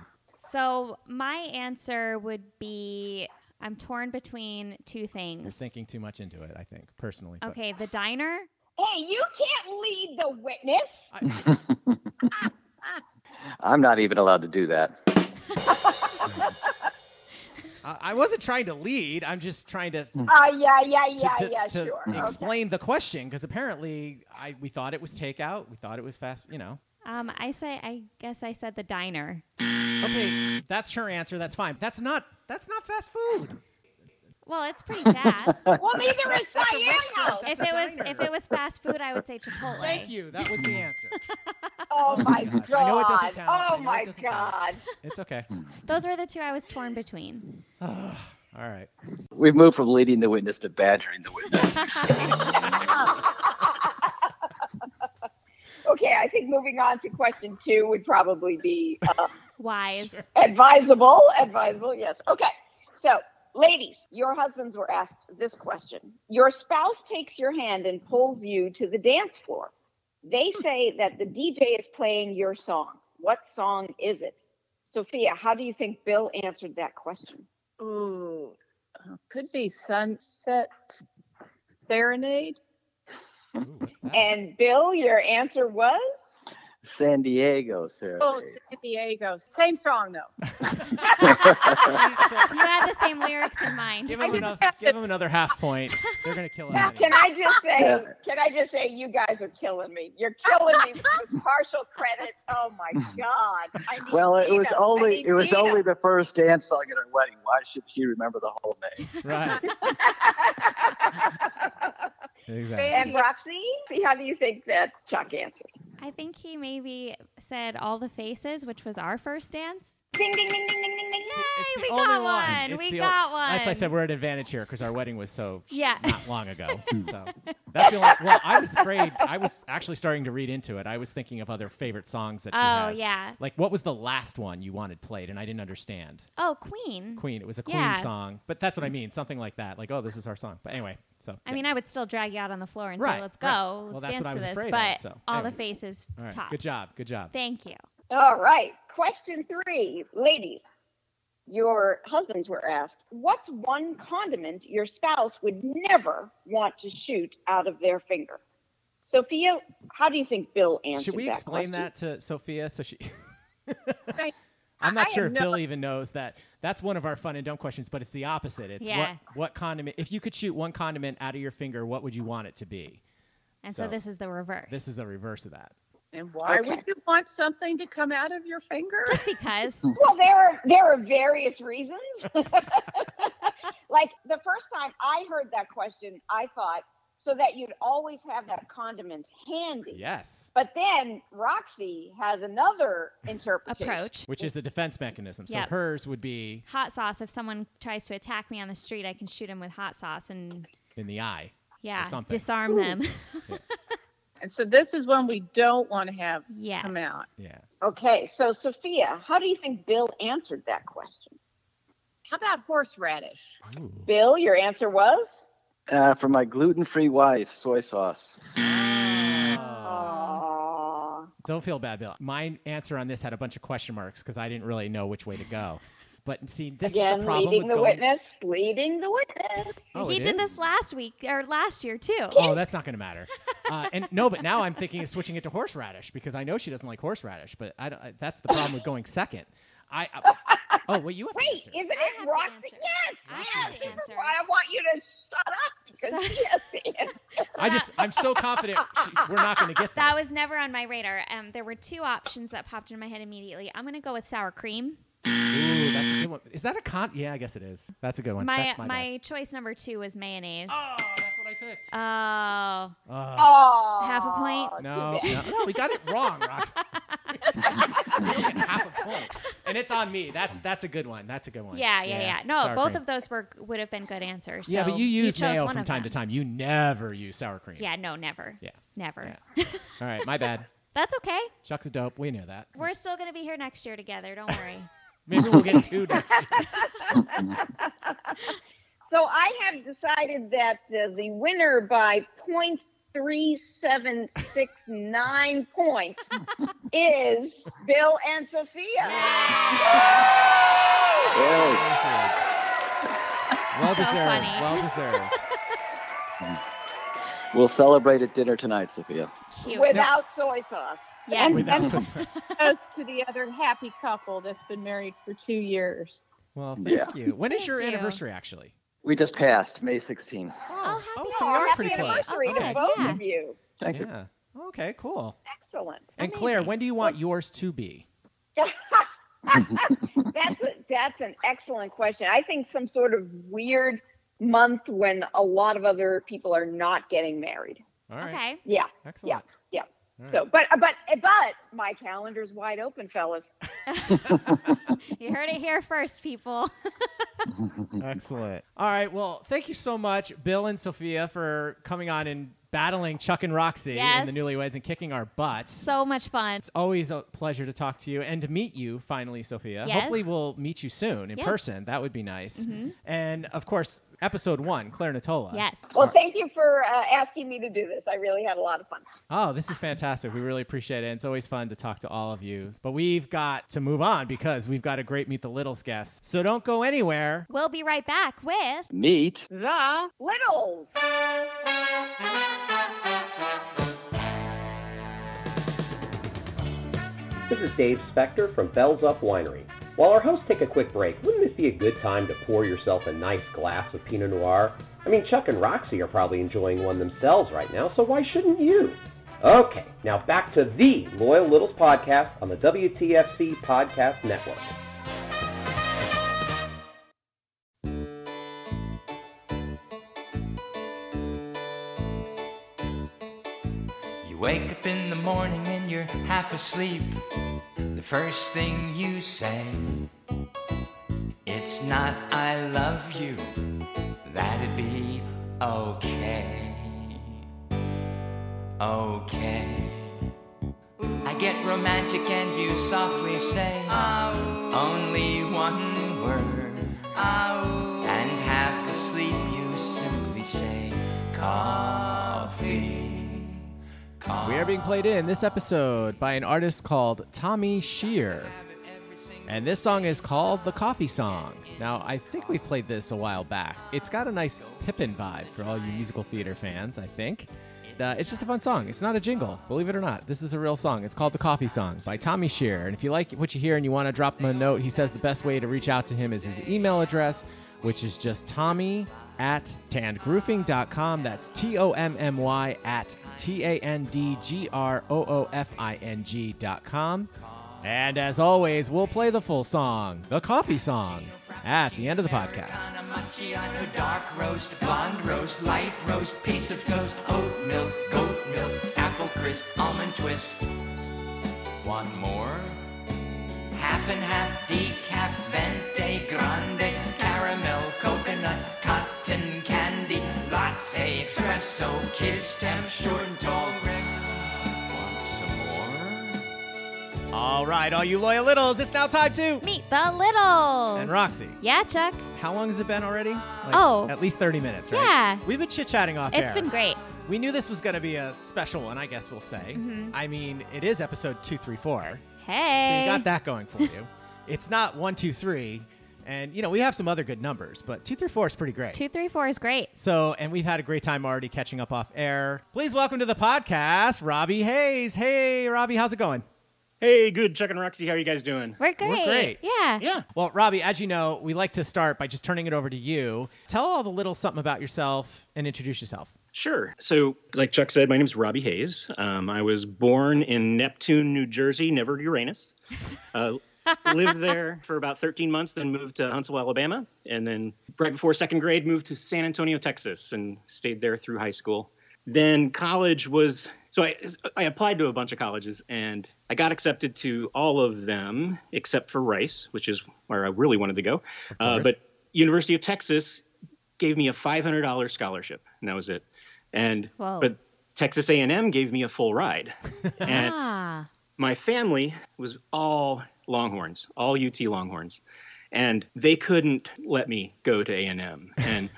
Speaker 3: So my answer would be I'm torn between two
Speaker 2: You're
Speaker 3: things.
Speaker 2: thinking too much into it, I think, personally. but-
Speaker 3: Okay, the diner.
Speaker 8: Hey, you can't lead the witness.
Speaker 6: I'm not even allowed to do that.
Speaker 2: I, I wasn't trying to lead. I'm just trying to, to,
Speaker 6: Mm.
Speaker 8: Oh yeah, yeah, yeah,
Speaker 2: Um, to-
Speaker 8: yeah.
Speaker 2: to
Speaker 8: sure.
Speaker 2: explain the question because apparently I we thought it was takeout. We thought it was fast, you know.
Speaker 3: Um, I say I guess I said the diner.
Speaker 2: Okay, that's her answer. That's fine. That's not that's not fast food.
Speaker 3: Well, it's
Speaker 2: *laughs*
Speaker 3: pretty fast.
Speaker 8: Okay. Well, neither is
Speaker 2: that's a
Speaker 8: Siam
Speaker 2: restaurant.
Speaker 8: House.
Speaker 3: if
Speaker 2: a
Speaker 3: it was
Speaker 2: diner.
Speaker 3: if it was fast food, I would say Chipotle.
Speaker 2: Thank you. That was the answer.
Speaker 8: *laughs* Oh my
Speaker 2: gosh. *laughs*
Speaker 8: god.
Speaker 2: I know it doesn't count. I
Speaker 8: Oh
Speaker 2: know it
Speaker 8: my
Speaker 2: doesn't count.
Speaker 8: god.
Speaker 2: It's okay. *sighs*
Speaker 3: Those were the two I was torn between.
Speaker 2: All right.
Speaker 6: We've moved from leading the witness to badgering the witness.
Speaker 2: *laughs*
Speaker 8: Okay, I think moving on to question two would probably be uh,
Speaker 3: Wise.
Speaker 8: Advisable, advisable, yes. Okay. So, ladies, your husbands were asked this question. Your spouse takes your hand and pulls you to the dance floor. They say that the DJ is playing your song. What song is it? Sophia, how do you think Bill answered that question?
Speaker 7: Ooh, Uh, could be Sunset Serenade.
Speaker 2: Ooh, what's that?
Speaker 8: And Bill, your answer was?
Speaker 6: San Diego, Sarah.
Speaker 7: Oh, San Diego. Same song though.
Speaker 2: *laughs*
Speaker 3: *laughs*
Speaker 6: *laughs*
Speaker 2: See, so-
Speaker 3: You had the same lyrics in mind.
Speaker 2: Give him, another, give him another half
Speaker 3: *laughs*
Speaker 2: point. They're going to kill him.
Speaker 8: Can I just say,
Speaker 6: Yeah.
Speaker 8: can I just say, you guys are killing me. You're killing me with partial credit. Oh my God. I need
Speaker 6: Well, it was
Speaker 8: Gina. I
Speaker 6: only
Speaker 8: need
Speaker 6: it was
Speaker 8: Gina.
Speaker 6: only the first dance song at her
Speaker 3: *laughs*
Speaker 6: wedding. Why should she remember the whole name?
Speaker 2: Right. Exactly.
Speaker 8: *laughs* And Roxy, how do you think that Chuck answered?
Speaker 3: I think he maybe said all the faces, which was our first dance.
Speaker 8: Ding, ding, ding, ding, ding, ding, ding.
Speaker 2: It's
Speaker 3: Yay,
Speaker 2: the
Speaker 3: we
Speaker 2: only
Speaker 3: got one.
Speaker 2: It's
Speaker 3: We
Speaker 2: the o-
Speaker 3: got one.
Speaker 2: That's why I said we're at advantage here because our wedding was so sh-
Speaker 3: Yeah.
Speaker 2: not long
Speaker 3: *laughs*
Speaker 2: ago. so that's the only. Well, I was afraid. I was actually starting to read into it. I was thinking of other favorite songs that she
Speaker 3: Oh,
Speaker 2: has.
Speaker 3: yeah.
Speaker 2: Like, what was the last one you wanted played? And I didn't understand.
Speaker 3: Oh, Queen.
Speaker 2: Queen. It was a Queen
Speaker 3: Yeah.
Speaker 2: song, but that's what I mean. Something like that. Like, oh, this is our song. But anyway, so
Speaker 3: I mean, I would still drag you out on the floor and
Speaker 2: Right,
Speaker 3: say, let's
Speaker 2: right.
Speaker 3: go.
Speaker 2: Well,
Speaker 3: Let's
Speaker 2: that's what
Speaker 3: dance
Speaker 2: I was
Speaker 3: to this.
Speaker 2: afraid
Speaker 3: but
Speaker 2: of, so
Speaker 3: all
Speaker 2: anyway.
Speaker 3: the faces
Speaker 2: all right.
Speaker 3: top.
Speaker 2: Good job. Good job.
Speaker 3: Thank you.
Speaker 8: All right. Question three. Ladies, your husbands were asked, what's one condiment your spouse would never want to shoot out of their finger? Sophia, how do you think Bill answered
Speaker 2: Should we
Speaker 8: that
Speaker 2: explain
Speaker 8: question?
Speaker 2: that to Sophia? So she.
Speaker 7: Thank-
Speaker 2: *laughs* I'm
Speaker 7: I- I
Speaker 2: not
Speaker 7: have
Speaker 2: sure if
Speaker 7: no-
Speaker 2: Bill even knows that. That's one of our fun and dumb questions, but it's the opposite. It's
Speaker 3: Yeah.
Speaker 2: what what condiment? If you could shoot one condiment out of your finger, what would you want it to be?
Speaker 3: And so,
Speaker 2: So,
Speaker 3: this is the reverse.
Speaker 2: This is the reverse of that.
Speaker 7: And why would
Speaker 8: Okay.
Speaker 7: you want something to come out of your finger?
Speaker 2: *laughs*
Speaker 3: just because.
Speaker 8: Well, there are there are various reasons. *laughs* like the first time I heard that question, I thought so that you'd always have that condiment handy.
Speaker 2: Yes,
Speaker 8: But then Roxy has another interpretation.
Speaker 3: approach.
Speaker 2: which is a defense mechanism. So
Speaker 3: Yep.
Speaker 2: hers would be
Speaker 3: Hot sauce. If someone tries to attack me on the street, I can shoot him with hot sauce and
Speaker 2: in the eye.
Speaker 3: yeah,
Speaker 2: something.
Speaker 3: disarm them. *laughs*
Speaker 7: And so this is one we don't want to have
Speaker 3: yes.
Speaker 7: come out.
Speaker 2: Yeah.
Speaker 8: Okay, so Sophia, how do you think Bill answered that question?
Speaker 7: How about horseradish?
Speaker 2: Ooh.
Speaker 8: Bill, your answer was?
Speaker 6: Uh, for my gluten-free wife, soy sauce.
Speaker 2: Ah.
Speaker 8: Aw.
Speaker 2: Don't feel bad, Bill. My answer on this had a bunch of question marks because I didn't really know which way to go. But see, this is
Speaker 8: Again,
Speaker 2: the problem
Speaker 8: leading
Speaker 2: with
Speaker 8: the
Speaker 2: going-
Speaker 8: witness, leading the witness.
Speaker 2: Oh,
Speaker 3: he
Speaker 2: it
Speaker 3: did
Speaker 2: is?
Speaker 3: this last week or last year too.
Speaker 2: Oh, that's not going to matter. Uh, and no, but now I'm thinking of switching it to horseradish because I know she doesn't like horseradish. But I, don't- I- that's the problem with going second. I, I oh well, you have to
Speaker 8: Wait,
Speaker 2: answer.
Speaker 8: isn't it
Speaker 3: have to
Speaker 8: Roxy?
Speaker 3: answer.
Speaker 8: Yes,
Speaker 3: I have
Speaker 8: yes.
Speaker 3: to
Speaker 8: This is
Speaker 3: answer.
Speaker 8: why I want you to shut up because
Speaker 3: So-
Speaker 8: she has
Speaker 2: *laughs*
Speaker 8: to answer.
Speaker 2: I just I'm so confident she, we're not going to get this.
Speaker 3: *laughs* That was never on my radar. Um, there were two options that popped in my head immediately. I'm gonna go with sour cream.
Speaker 2: Ooh, that's a good one. Is that a con? Yeah, I guess it is. That's a good one.
Speaker 3: My
Speaker 2: that's
Speaker 3: my,
Speaker 2: my, bad.
Speaker 3: choice number two was mayonnaise.
Speaker 2: Oh, that's what I picked.
Speaker 3: Oh,
Speaker 2: Oh,
Speaker 8: Oh,
Speaker 3: Half a point?
Speaker 2: no, no, no, we got it wrong,
Speaker 3: *laughs*
Speaker 2: Rox. *laughs* half a point, and it's on me. That's that's a good one. That's a good one.
Speaker 3: yeah, yeah, yeah. No,
Speaker 2: sour
Speaker 3: both
Speaker 2: cream.
Speaker 3: of those were would have been good answers.
Speaker 2: Yeah,
Speaker 3: so
Speaker 2: but you use
Speaker 3: chose
Speaker 2: mayo
Speaker 3: one
Speaker 2: from
Speaker 3: of
Speaker 2: time to
Speaker 3: them.
Speaker 2: time. You never use sour cream.
Speaker 3: Yeah, no, never.
Speaker 2: Yeah.
Speaker 3: never.
Speaker 2: Yeah. All right,
Speaker 3: *laughs*
Speaker 2: my bad.
Speaker 3: That's okay.
Speaker 2: Chuck's a dope. We know that.
Speaker 3: We're still gonna be here next year together. Don't worry.
Speaker 2: Maybe we'll get two next year.
Speaker 8: So I have decided that uh, the winner by point three seven six nine points is Bill and Sophia.
Speaker 6: Really?
Speaker 2: Well
Speaker 3: So
Speaker 2: deserved.
Speaker 3: funny.
Speaker 2: Well *laughs* deserved.
Speaker 6: We'll celebrate at dinner tonight, Sophia.
Speaker 3: Cute.
Speaker 8: Without soy sauce.
Speaker 3: yeah.
Speaker 2: Without some-
Speaker 7: Toast to the other happy couple that's been married for two years.
Speaker 2: well, thank
Speaker 6: Yeah.
Speaker 2: you. When is
Speaker 3: Thank
Speaker 2: your
Speaker 3: you.
Speaker 2: anniversary actually?
Speaker 6: We just passed May 16.
Speaker 2: Oh,
Speaker 3: happy
Speaker 2: so we are
Speaker 8: happy
Speaker 2: pretty close.
Speaker 8: anniversary
Speaker 2: Okay.
Speaker 8: to both
Speaker 3: yeah.
Speaker 8: of you.
Speaker 6: Thank you.
Speaker 2: Yeah. Okay, cool.
Speaker 8: Excellent.
Speaker 2: And Claire,
Speaker 3: Amazing.
Speaker 2: when do you want yours to be?
Speaker 8: *laughs* that's a, that's an excellent question. I think some sort of weird month when a lot of other people are not getting married.
Speaker 2: All right.
Speaker 3: Okay.
Speaker 8: Yeah.
Speaker 2: Excellent.
Speaker 8: yeah.
Speaker 2: All right.
Speaker 8: So, but but but my calendar's wide open, fellas.
Speaker 3: You heard it here first, people. *laughs*
Speaker 2: Excellent. All right. Well, thank you so much, Bill and Sophia, for coming on and battling Chuck and Roxy
Speaker 3: Yes.
Speaker 2: in the newlyweds and kicking our butts.
Speaker 3: So much fun.
Speaker 2: It's always a pleasure to talk to you and to meet you finally, Sophia.
Speaker 3: Yes.
Speaker 2: Hopefully, we'll meet you soon in
Speaker 3: Yeah. Mm-hmm.
Speaker 2: person. That would be nice. And of course, episode one, Claire Natola.
Speaker 3: Yes.
Speaker 8: Well, thank you for uh, asking me to do this. I really had a lot of fun.
Speaker 2: Oh, this is fantastic. We really appreciate it. And it's always fun to talk to all of you. But we've got to move on because we've got a great Meet the Littles guest. So don't go anywhere.
Speaker 3: We'll be right back with
Speaker 6: Meet.
Speaker 7: The
Speaker 8: Littles.
Speaker 9: This is Dave Spector from Bells Up Winery. While our hosts take a quick break, wouldn't this be a good time to pour yourself a nice glass of Pinot Noir? I mean, Chuck and Roxy are probably enjoying one themselves right now, so why shouldn't you? Okay, now back to the Loyal Littles podcast on the WTFC Podcast Network.
Speaker 6: morning and you're half asleep, the first thing you say, it's not I love you, that'd be okay. Okay. I get romantic and you softly say, only one word. And half asleep you simply say, coffee.
Speaker 2: We are being played in this episode by an artist called Tommy Shear. And this song is called The Coffee Song. Now, I think we played this a while back. It's got a nice Pippin vibe for all you musical theater fans, I think. Uh, it's just a fun song. It's not a jingle, believe it or not. This is a real song. It's called The Coffee Song by Tommy Shear. And if you like what you hear and you want to drop him a note, he says the best way to reach out to him is his email address, which is just Tommy at tandgroofing.com. That's T O M M Y at T A N D G R O O F I N G.com. And as always, we'll play the full song, The Coffee Song, at the end of the podcast.
Speaker 6: On a macchiato, dark roast, blonde roast, light roast, piece of toast, oat milk, goat milk, apple crisp, almond twist. One more. Half and half decaf, vente, grande, caramel, coconut, cotton candy, latte, espresso, kids, stamp, short and tall. Want some more?
Speaker 2: All right, all you loyal littles, it's now time to.
Speaker 3: Meet the Littles.
Speaker 2: And Roxy.
Speaker 3: Yeah, Chuck.
Speaker 2: How long has it been already? Like,
Speaker 3: Oh.
Speaker 2: At least 30 minutes, right?
Speaker 3: Yeah.
Speaker 2: We've been chit chatting off
Speaker 3: It's
Speaker 2: air.
Speaker 3: been great.
Speaker 2: We knew this was going to be a special one, I guess we'll say. I mean, it is episode 234. So
Speaker 3: Mm-hmm. Hey.
Speaker 2: you got that going for you. *laughs* it's not 123. And, you know, we have some other good numbers, but 234 is pretty great.
Speaker 3: Two, three, four is great.
Speaker 2: so, and we've had a great time already catching up off air. Please welcome to the podcast, Robbie Hayes. Hey, Robbie, how's it going?
Speaker 8: Hey, good. Chuck and Roxy, how are you guys doing?
Speaker 3: We're great.
Speaker 2: great.
Speaker 3: Yeah.
Speaker 8: Yeah.
Speaker 2: Well, Robbie, as you know, we like to start by just turning it over to you. Tell all the little something about yourself and introduce yourself.
Speaker 8: Sure. So, like Chuck said, my name is Robbie Hayes. Um, I was born in Neptune, New Jersey, never Uranus. Uh, lived there for about 13 months, then moved to Huntsville, Alabama. And then, right before second grade, moved to San Antonio, Texas, and stayed there through high school. Then, college was so I, I applied to a bunch of colleges and I got accepted to all of them except for Rice, which is where I really wanted to go. Uh,
Speaker 2: course.
Speaker 8: but University of Texas gave me a $500 scholarship, and that was it. And
Speaker 3: Whoa.
Speaker 8: but Texas A&M gave me a
Speaker 3: *laughs*
Speaker 8: full ride, and
Speaker 3: Ah.
Speaker 8: my family was all Longhorns, all UT Longhorns, and they couldn't let me go to A&M. And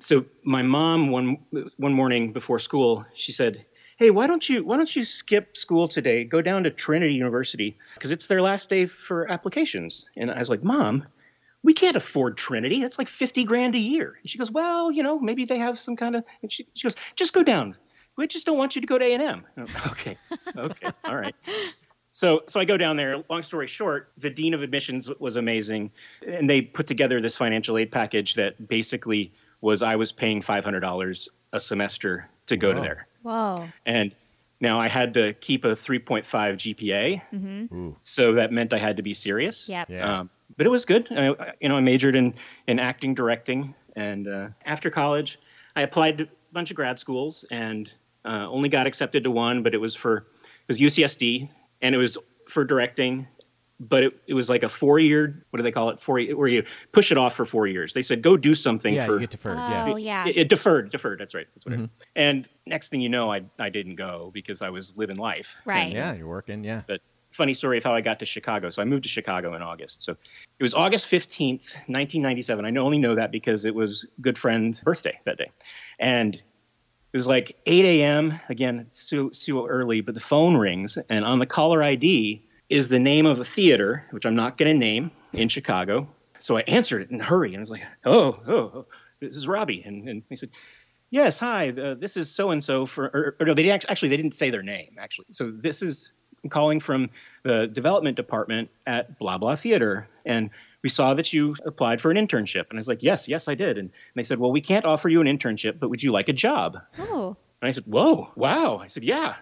Speaker 8: so my mom one one morning before school, she said, "Hey, why don't you why don't you skip school today? Go down to Trinity University because it's their last day for applications." And I was like, "Mom, we can't afford Trinity. That's like 50 grand a year. And she goes, well, you know, maybe they have some kind of, and she, she goes, just go down. We just don't want you to go to A&M. And I'm, *laughs* Okay. Okay. All right. So, so I go down there. Long story short, the dean of admissions was amazing, and they put together this financial aid package that basically was I was paying five hundred dollars a semester to go to
Speaker 2: Wow.
Speaker 8: there,
Speaker 3: Whoa.
Speaker 8: and now I had to keep a three point five GPA,
Speaker 3: Mm-hmm.
Speaker 8: so that meant I had to be serious.
Speaker 3: Yep.
Speaker 8: Um, but it was good. I, I- you know, I majored in in acting, directing, and uh, after college, I applied to a bunch of grad schools and uh, only got accepted to one. But it was for it was UCSD, and it was for directing. But it, it was like a four year. What do they call it? Four year- where you push it off for four years. They said go do something
Speaker 2: yeah,
Speaker 8: for
Speaker 2: you get deferred. yeah.
Speaker 3: Oh, yeah.
Speaker 8: it, it deferred, deferred. That's right. That's what it is. And next thing you know, I I didn't go because I was living life.
Speaker 3: Right.
Speaker 2: Yeah, you're working. Yeah.
Speaker 8: funny story of how I got to Chicago. So I moved to Chicago in August. So it was August 15th, 1997. I know- only know that because it was good friend's birthday that day. And it was like 8 a.m. Again, it's so, so early, but the phone rings. And on the caller ID is the name of a theater, which I'm not going to name, in Chicago. So I answered it in a hurry. And I was like, oh, oh, oh this is Robbie. And, and they said, yes, hi, uh, this is so-and-so for, or, or no, they didn't, act- actually, they didn't say their name, actually. So this is I'm calling from the development department at blah blah theater and we saw that you applied for an internship and i was like yes yes i did and they said well we can't offer you an internship but would you like a job
Speaker 3: Oh.
Speaker 8: and I said, "Whoa, wow!" I said, "Yeah,"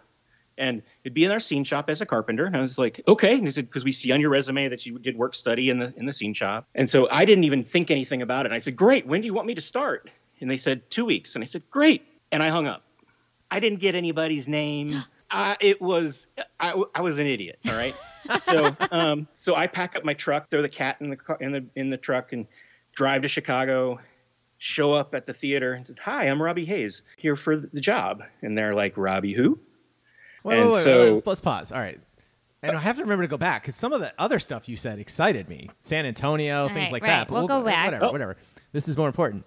Speaker 8: and it'd be in our scene shop as a carpenter. And I was like, "Okay," and he said, "Because we see on your resume that you did work study in the in the scene shop." And so I didn't even think anything about it. And I said, "Great, when do you want me to start?" And they said, two weeks." And I said, "Great," and I hung up. I didn't get anybody's name. I, it was I, I was an idiot. All right. So um, so I pack up my truck, throw the cat in the car, in the in the truck, and drive to Chicago. Show up at the theater and said, "Hi, I'm Robbie Hayes here for the job." And they're like, "Robbie who?"
Speaker 2: Wait,
Speaker 8: and
Speaker 2: wait, wait,
Speaker 8: so
Speaker 2: let's, let's pause. All right. And I have to remember to go back because some of the other stuff you said excited me. San Antonio,
Speaker 3: All
Speaker 2: things
Speaker 3: right,
Speaker 2: like
Speaker 3: right.
Speaker 2: that.
Speaker 3: We'll go back.
Speaker 2: Whatever,
Speaker 3: Oh.
Speaker 2: whatever. This is more important.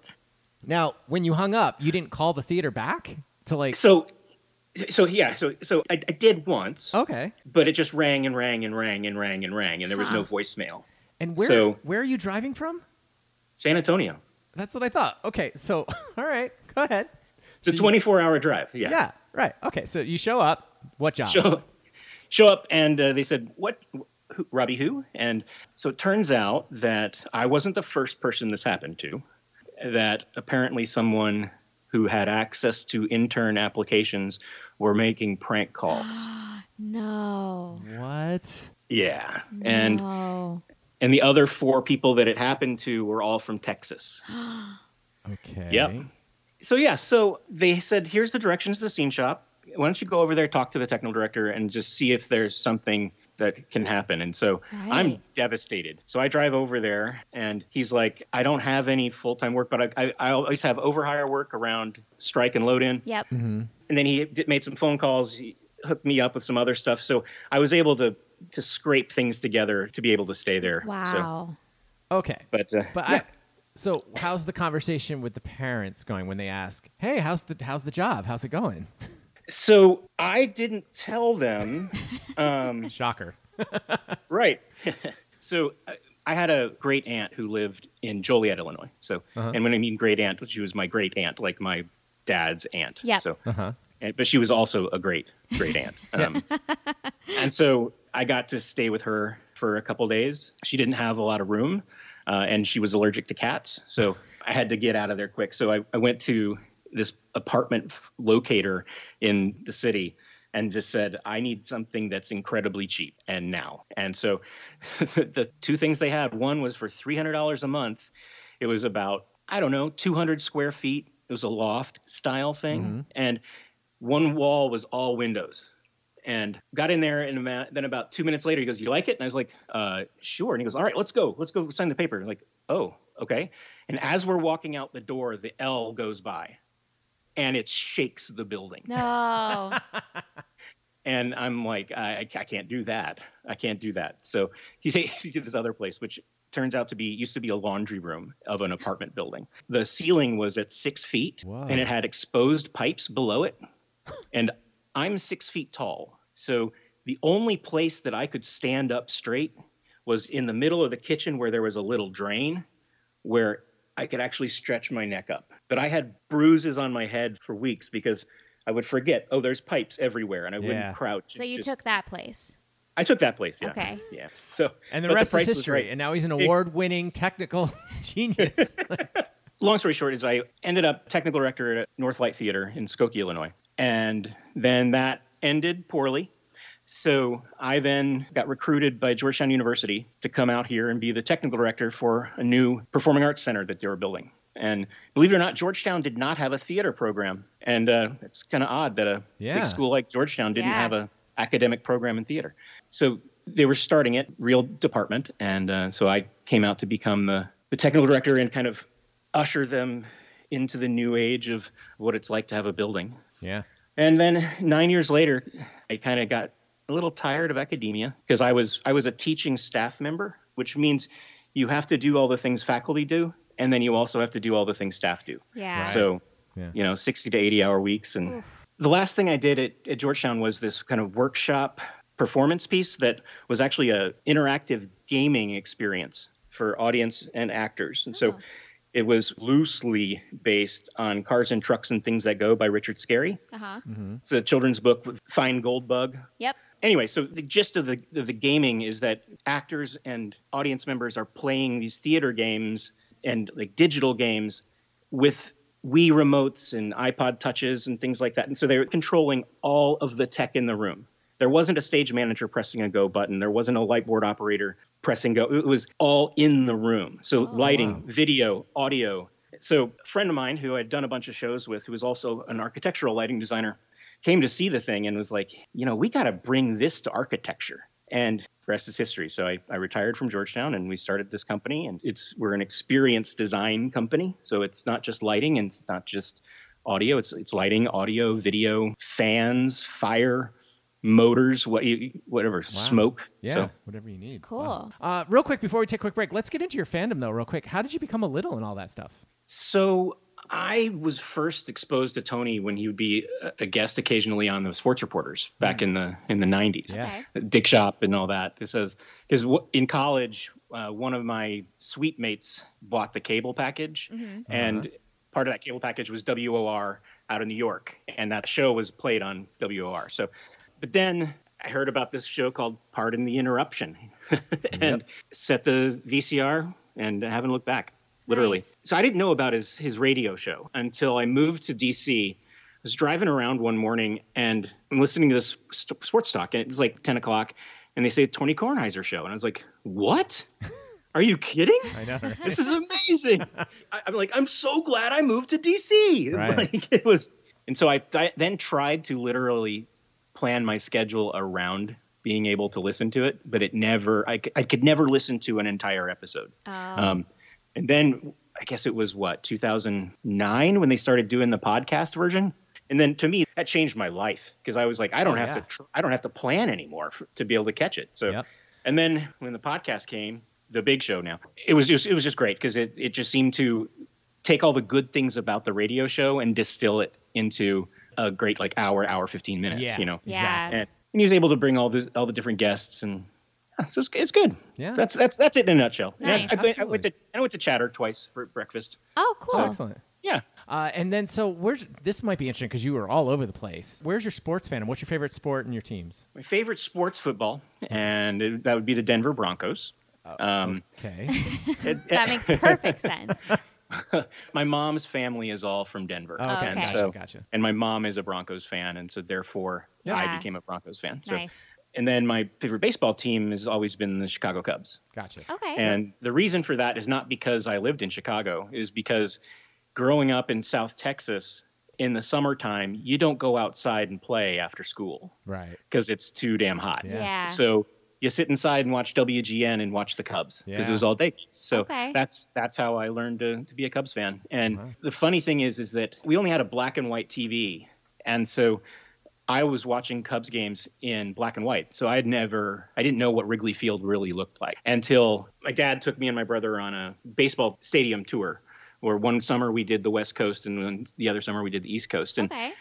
Speaker 2: Now, when you hung up, you didn't call the theater back to like.
Speaker 8: So, so yeah, so so I, I did once.
Speaker 2: Okay.
Speaker 8: But it just rang and rang and rang and rang and rang, and there was
Speaker 2: Huh.
Speaker 8: no voicemail.
Speaker 2: And where
Speaker 8: so-
Speaker 2: where are you driving from?
Speaker 8: San Antonio.
Speaker 2: That's what I thought. Okay, so *laughs* all right, go ahead.
Speaker 8: It's a 24 hour drive. Yeah.
Speaker 2: Yeah, right. Okay, so you show up. What job?
Speaker 8: Show, show up, and uh, they said, "What, who, Robbie? Who?" And so it turns out that I wasn't the first person this happened to. That apparently someone who had access to intern applications were making prank calls.
Speaker 3: *gasps* No.
Speaker 2: What?
Speaker 8: yeah, and
Speaker 3: No.
Speaker 8: and the other four people that it happened to were all
Speaker 3: *gasps*
Speaker 8: from Texas.
Speaker 2: Okay.
Speaker 8: Yep. So yeah, so they said, "Here's the directions to the scene shop. Why don't you go over there, talk to the technical director, and just see if there's something that can happen?" And so I'm
Speaker 10: Right.
Speaker 8: devastated. So I drive over there, and he's like, "I don't have any full time work, but I, I I always have overhire work around strike and load in."
Speaker 3: Yep.
Speaker 2: Mm-hmm.
Speaker 8: And then he did, made some phone calls, he hooked me up with some other stuff, so I was able to to scrape things together to be able to stay there. So,
Speaker 3: Wow.
Speaker 2: Okay.
Speaker 8: but uh,
Speaker 2: But I, so how's the conversation with the parents going when they ask, "Hey, how's the how's the job? How's it going?"
Speaker 8: So I didn't tell them. Um,
Speaker 2: Shocker.
Speaker 8: right. *laughs* so I, I had a great aunt who lived in Joliet, Illinois. So,
Speaker 10: Uh-huh.
Speaker 8: and when I mean great aunt, she was my great aunt, like my dad's aunt.
Speaker 10: Yep.
Speaker 8: So,
Speaker 2: Uh-huh.
Speaker 8: and, but she was also a great great aunt. Um, and so I got to stay with her for a couple days. She didn't have a lot of room, uh, and she was allergic to cats, so I had to get out of there quick. So I, I went to this apartment f- locator in the city and just said i need something that's incredibly cheap and now and so the two things they had one was for $300 a month it was about i don't know 200 square feet it was a loft style thing
Speaker 2: Mm-hmm.
Speaker 8: and one wall was all windows and got in there and ama- then about two minutes later he goes you like it and i was like uh, sure and he goes all right let's go let's go sign the paper And I'm like oh okay and as we're walking out the door the l goes by and it shakes the building *laughs*
Speaker 3: No.
Speaker 8: and I'm like, I, I ca- I can't do that. I can't do that. So he takes me to this other place, which turns out to be used to be a laundry room of an apartment building. The ceiling was at six feet, and it had exposed pipes below it. And I'm six feet tall, so the only place that I could stand up straight was in the middle of the kitchen where there was a little drain where I could actually stretch my neck up. But I had bruises on my head for weeks because I would forget, oh, there's pipes everywhere, and I
Speaker 2: Yeah.
Speaker 8: wouldn't crouch.
Speaker 3: So
Speaker 8: and
Speaker 3: you
Speaker 8: just-
Speaker 3: took that place.
Speaker 8: I took that place. Yeah.
Speaker 3: Okay.
Speaker 8: Yeah. So
Speaker 2: And the
Speaker 8: but
Speaker 2: rest
Speaker 8: price
Speaker 2: is
Speaker 8: was
Speaker 2: history.
Speaker 8: great.
Speaker 2: And now he's an
Speaker 8: Ex-
Speaker 2: award-winning technical *laughs*
Speaker 8: *laughs*
Speaker 2: genius.
Speaker 8: long story short is I ended up technical director at Northlight Theater in Skokie, Illinois, and then that ended poorly. So I then got recruited by Georgetown University to come out here and be the technical director for a new performing arts center that they were building. And believe it or not, Georgetown did not have a theater program, and uh, it's kind of odd that a
Speaker 2: Yeah.
Speaker 8: big school like Georgetown didn't
Speaker 2: Yeah.
Speaker 8: have a academic program in theater. So they were starting it, real department, and uh, so I came out to become the, the technical director and kind of usher them into the new age of what it's like to have a building.
Speaker 2: yeah.
Speaker 8: And then nine years later, I kind of got a little tired of academia because I was I was a teaching staff member, which means you have to do all the things faculty do, and then you also have to do all the things staff do.
Speaker 10: Yeah. Right.
Speaker 8: So,
Speaker 2: Yeah.
Speaker 8: you know, sixty to eighty hour weeks, and the last thing I did at, at Georgetown was this kind of workshop performance piece that was actually a interactive gaming experience for audience and actors, and
Speaker 3: Oh.
Speaker 8: so. It was loosely based on Cars and Trucks and Things That Go by Richard Scarry.
Speaker 3: Uh huh.
Speaker 2: Mm-hmm.
Speaker 8: It's a children's book with Fine Gold Bug.
Speaker 3: Yep.
Speaker 8: Anyway, so the gist of the of the gaming is that actors and audience members are playing these theater games and like digital games with Wii remotes and iPod touches and things like that. And so they're controlling all of the tech in the room. There wasn't a stage manager pressing a go button. There wasn't a light board operator pressing go. It was all in the room. So lighting, video, audio. So a friend of mine who I'd done a bunch of shows with, who was also an architectural lighting designer, came to see the thing and was like, you know, we got to bring this to architecture. And the rest is history. So I, I retired from Georgetown and we started this company. And it's we're an experience design company. So it's not just lighting and it's not just audio. It's it's lighting, audio, video, fans, fire, motors, what you, whatever, smoke.
Speaker 2: Yeah,
Speaker 8: So
Speaker 2: whatever you need.
Speaker 3: Cool.
Speaker 2: Uh, real quick, before we take a quick break, let's get into your fandom though, real quick. How did you become a little and all that stuff?
Speaker 8: So I was first exposed to Tony when he would be a- a guest occasionally on the sports reporters back in the in the 90s.
Speaker 2: Yeah. Uh-huh.
Speaker 8: Dick Shop and all that. It says because w- in college, uh, one of my sweet mates bought the cable package,
Speaker 3: Mhm.
Speaker 8: and part of that cable package was WOR out of New York, and that show was played on WOR. So, but then I heard about this show called Pardon the Interruption, *laughs* and set the VCR and haven't looked back, literally.
Speaker 3: Nice.
Speaker 8: So I didn't know about his his radio show until I moved to DC. I was driving around one morning and I'm listening to this st- sports talk, and it's like 10 o'clock, and they say Tony Kornheiser show, and I was like, "What? Are you kidding?
Speaker 2: I know. right?
Speaker 8: This is amazing!" I, I'm like, "I'm so glad I moved to DC." It's
Speaker 2: Right.
Speaker 8: like it was, and so I, I then tried to literally plan my schedule around being able to listen to it, but it never. I, c- I could never listen to an entire episode.
Speaker 3: Oh.
Speaker 8: Um, and then I guess it was what 2009 when they started doing the podcast version. And then to me, that changed my life because I was like, I don't
Speaker 2: Oh,
Speaker 8: have
Speaker 2: yeah.
Speaker 8: to, tr- I don't have to plan anymore for, to be able to catch it. So,
Speaker 2: Yep.
Speaker 8: and then when the podcast came, the big show now, it was just, it was just great because it, it just seemed to take all the good things about the radio show and distill it into a great like hour, hour, 15 minutes,
Speaker 2: Yeah.
Speaker 8: you know?
Speaker 3: Yeah.
Speaker 8: And, and he was able to bring all this, all the different guests and so it's, it's good.
Speaker 2: Yeah.
Speaker 8: That's that's that's it in a nutshell. And I-
Speaker 3: Nice.
Speaker 8: I, went- I went to I went to Chatter twice for breakfast.
Speaker 3: Oh,
Speaker 2: So
Speaker 3: cool.
Speaker 2: excellent.
Speaker 8: Yeah.
Speaker 2: Uh, and then, so where's this might be interesting because you were all over the place. Where's your sports fandom? What's your favorite sport and your teams?
Speaker 8: My favorite sports football,
Speaker 2: Mm-hmm.
Speaker 8: and it, that would be the Denver Broncos.
Speaker 2: Oh,
Speaker 8: Um, *laughs*
Speaker 2: Okay.
Speaker 8: it-
Speaker 3: That makes
Speaker 8: *laughs*
Speaker 3: perfect sense.
Speaker 8: my mom's family is all from Denver,
Speaker 2: Oh, okay.
Speaker 3: Okay.
Speaker 8: and
Speaker 2: Gotcha.
Speaker 8: so
Speaker 2: Gotcha.
Speaker 8: and my mom is a Broncos fan, and so therefore
Speaker 2: Yeah.
Speaker 8: I
Speaker 3: Yeah.
Speaker 8: became a Broncos fan. So
Speaker 3: nice.
Speaker 8: and then my favorite baseball team has always been the Chicago Cubs.
Speaker 2: Gotcha.
Speaker 3: Okay.
Speaker 8: And the reason for that is not because I lived in Chicago, is because growing up in South Texas in the summertime, you don't go outside and play after school *laughs*
Speaker 2: Right.
Speaker 8: because it's too damn hot.
Speaker 2: Yeah.
Speaker 3: yeah.
Speaker 8: So you sit inside and watch WGN and watch the Cubs because
Speaker 2: Yeah.
Speaker 8: it was all day. So
Speaker 3: Okay.
Speaker 8: that's that's how I learned to, to be a Cubs fan. And
Speaker 2: Wow.
Speaker 8: the funny thing is, is that we only had a black and white TV, and so I was watching Cubs games in black and white. So I had never, I didn't know what Wrigley Field really looked like until my dad took me and my brother on a baseball stadium tour. Where one summer we did the West Coast and then the other summer we did the East Coast. And
Speaker 3: okay.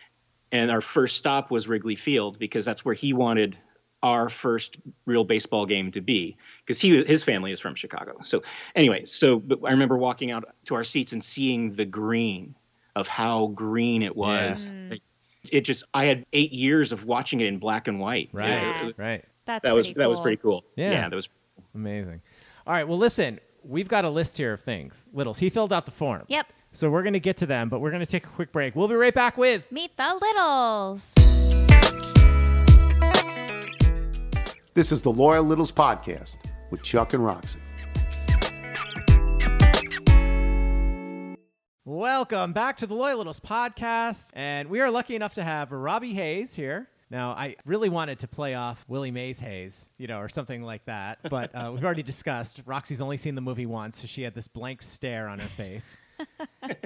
Speaker 8: and our first stop was Wrigley Field because that's where he wanted our first real baseball game to be because he his family is from Chicago. So anyway, so but I remember walking out to our seats and seeing the green of how green it was.
Speaker 3: Yeah.
Speaker 8: Like, It just I had 8 years of watching it in black and white.
Speaker 2: Right.
Speaker 8: It- it
Speaker 3: Yes.
Speaker 8: was-
Speaker 2: Right.
Speaker 3: That's
Speaker 8: that was
Speaker 3: pretty
Speaker 8: that was pretty cool.
Speaker 2: Yeah.
Speaker 8: yeah that was
Speaker 2: Amazing. All right. Well, listen, we've got a list here of things. Littles, he filled out the form.
Speaker 3: Yep.
Speaker 2: So we're going to get to them, but we're going to take a quick break. We'll be right back with
Speaker 3: Meet the Littles.
Speaker 5: This is the Loyal Littles Podcast with Chuck and Roxy.
Speaker 2: Welcome back to the Loyal Littles podcast. And we are lucky enough to have Robbie Hayes here. Now, I really wanted to play off Willie Mays Hayes, you know, or something like that. But uh, we've already discussed Roxy's only seen the movie once, so she had this blank stare on her face.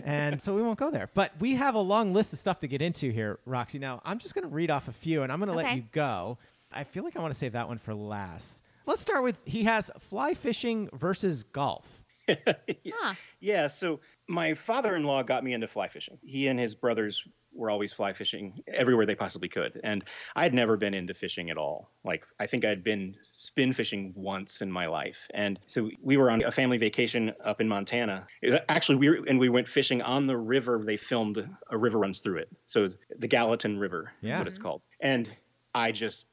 Speaker 2: and so we won't go there. But we have a long list of stuff to get into here, Roxy. Now, I'm just going to read off a few and I'm going to let
Speaker 3: Okay.
Speaker 2: you go. I feel like I want to save that one for last. Let's start with he has fly fishing versus golf.
Speaker 3: Huh.
Speaker 8: Yeah, so my father-in-law got me into fly fishing. He and his brothers were always fly fishing everywhere they possibly could, and I had never been into fishing at all. Like I think I'd been spin fishing once in my life, and so we were on a family vacation up in Montana. It was actually we were, and we went fishing on the river. They filmed a river runs through it, so it's the Gallatin River is
Speaker 2: Yeah.
Speaker 8: what it's called. And I just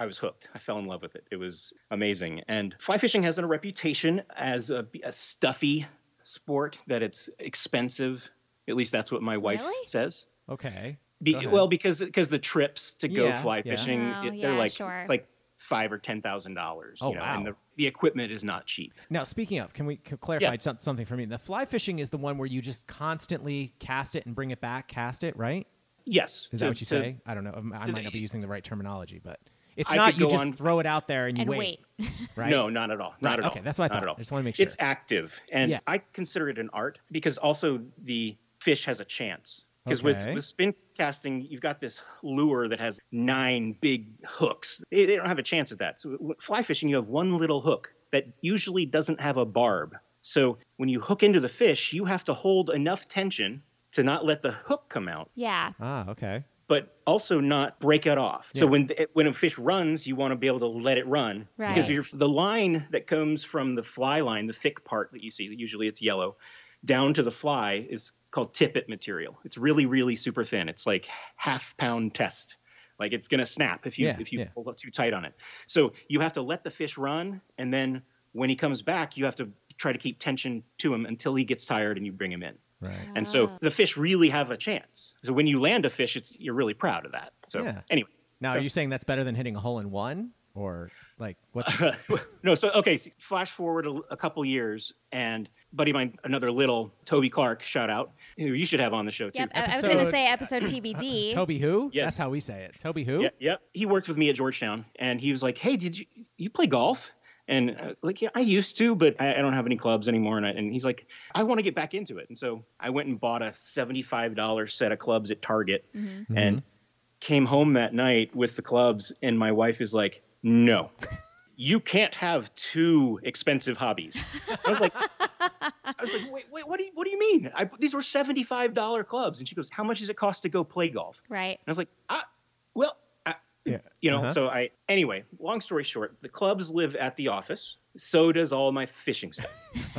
Speaker 8: I was hooked. I fell in love with it. It was amazing. And fly fishing has a reputation as a, a stuffy sport that it's expensive. At least that's what my wife
Speaker 3: Really?
Speaker 8: says.
Speaker 2: Okay.
Speaker 8: Be,
Speaker 2: Go ahead.
Speaker 8: well, because because the trips to go
Speaker 2: Yeah,
Speaker 8: fly
Speaker 2: yeah.
Speaker 8: fishing,
Speaker 3: Oh,
Speaker 8: it- they're
Speaker 3: yeah,
Speaker 8: like
Speaker 3: sure.
Speaker 8: it's like five or ten thousand dollars.
Speaker 2: Oh,
Speaker 8: you know,
Speaker 2: wow.
Speaker 8: And the, the equipment is not cheap.
Speaker 2: Now, speaking of, can we c clarify some- something for me? The fly fishing is the one where you just constantly cast it and bring it back, cast it, right?
Speaker 6: Yes.
Speaker 2: Is
Speaker 6: to-
Speaker 2: that what you
Speaker 6: to-
Speaker 2: say? I don't know. I'm- I might not be using the right terminology, but it's
Speaker 6: I
Speaker 2: not
Speaker 6: could
Speaker 2: you
Speaker 6: go
Speaker 2: just
Speaker 6: on-
Speaker 2: throw it out there and you
Speaker 3: And
Speaker 2: wait, right?
Speaker 6: No, not at all. Not
Speaker 2: Right,
Speaker 6: at all.
Speaker 2: okay, that's what I
Speaker 6: Not
Speaker 2: thought.
Speaker 6: at all.
Speaker 2: I just wanna make sure.
Speaker 6: It's active, and
Speaker 2: Yeah.
Speaker 6: I consider it an art because also the fish has a chance. Because
Speaker 2: Okay.
Speaker 6: with, with spin casting, you've got this lure that has nine big hooks. They, they don't have a chance at that. So w- fly fishing, you have one little hook that usually doesn't have a barb. So when you hook into the fish, you have to hold enough tension to not let the hook come out
Speaker 3: Yeah.
Speaker 2: Ah, okay.
Speaker 6: but also not break it off. So
Speaker 2: Yeah.
Speaker 6: when the, when a fish runs, you want to be able to let it run
Speaker 3: Right.
Speaker 6: because you're, the line that comes from the fly line, the thick part that you see, usually it's yellow, down to the fly is called tippet material. It's really really super thin. It's like half pound test. Like it's gonna snap if you
Speaker 2: Yeah,
Speaker 6: if you
Speaker 2: yeah.
Speaker 6: pull too tight on it. So you have to let the fish run, and then when he comes back, you have to try to keep tension to him until he gets tired and you bring him in.
Speaker 2: Right.
Speaker 6: And
Speaker 3: Oh.
Speaker 6: so the fish really have a chance. So when you land a fish, it's you're really proud of that. So
Speaker 2: Yeah.
Speaker 6: anyway,
Speaker 2: Now,
Speaker 6: So-
Speaker 2: are you saying that's better than hitting a hole in one, or like what's
Speaker 6: no, so okay, so flash forward a, a couple years, and buddy of mine, another little Toby Clark shout out, who you should have on the show too.
Speaker 3: Yep. I, I was going to say episode
Speaker 2: *laughs*
Speaker 3: TBD.
Speaker 2: Toby who?
Speaker 6: Yes.
Speaker 2: That's how we say it. Toby who?
Speaker 6: Yeah, yep. He worked with me at Georgetown, and he was like, "Hey, did you you play golf?" And I was like, yeah, I used to, but I, I don't have any clubs anymore. And, I, and he's like, I want to get back into it. And so I went and bought a seventy-five dollar set of clubs at Target,
Speaker 3: Mhm.
Speaker 6: and
Speaker 2: Mm-hmm.
Speaker 6: came home that night with the clubs. And my wife is like, "No, you can't have two expensive hobbies." I was like, I was like, wait, wait, what do you, what do you mean? I, these were seventy-five dollar clubs, and she goes, "How much does it cost to go play golf?"
Speaker 3: Right.
Speaker 6: And I was like, ah, well, I,
Speaker 2: Yeah.
Speaker 6: you know,
Speaker 2: Uh-huh.
Speaker 6: so I, anyway, long story short, the clubs live at the office. So does all my fishing stuff.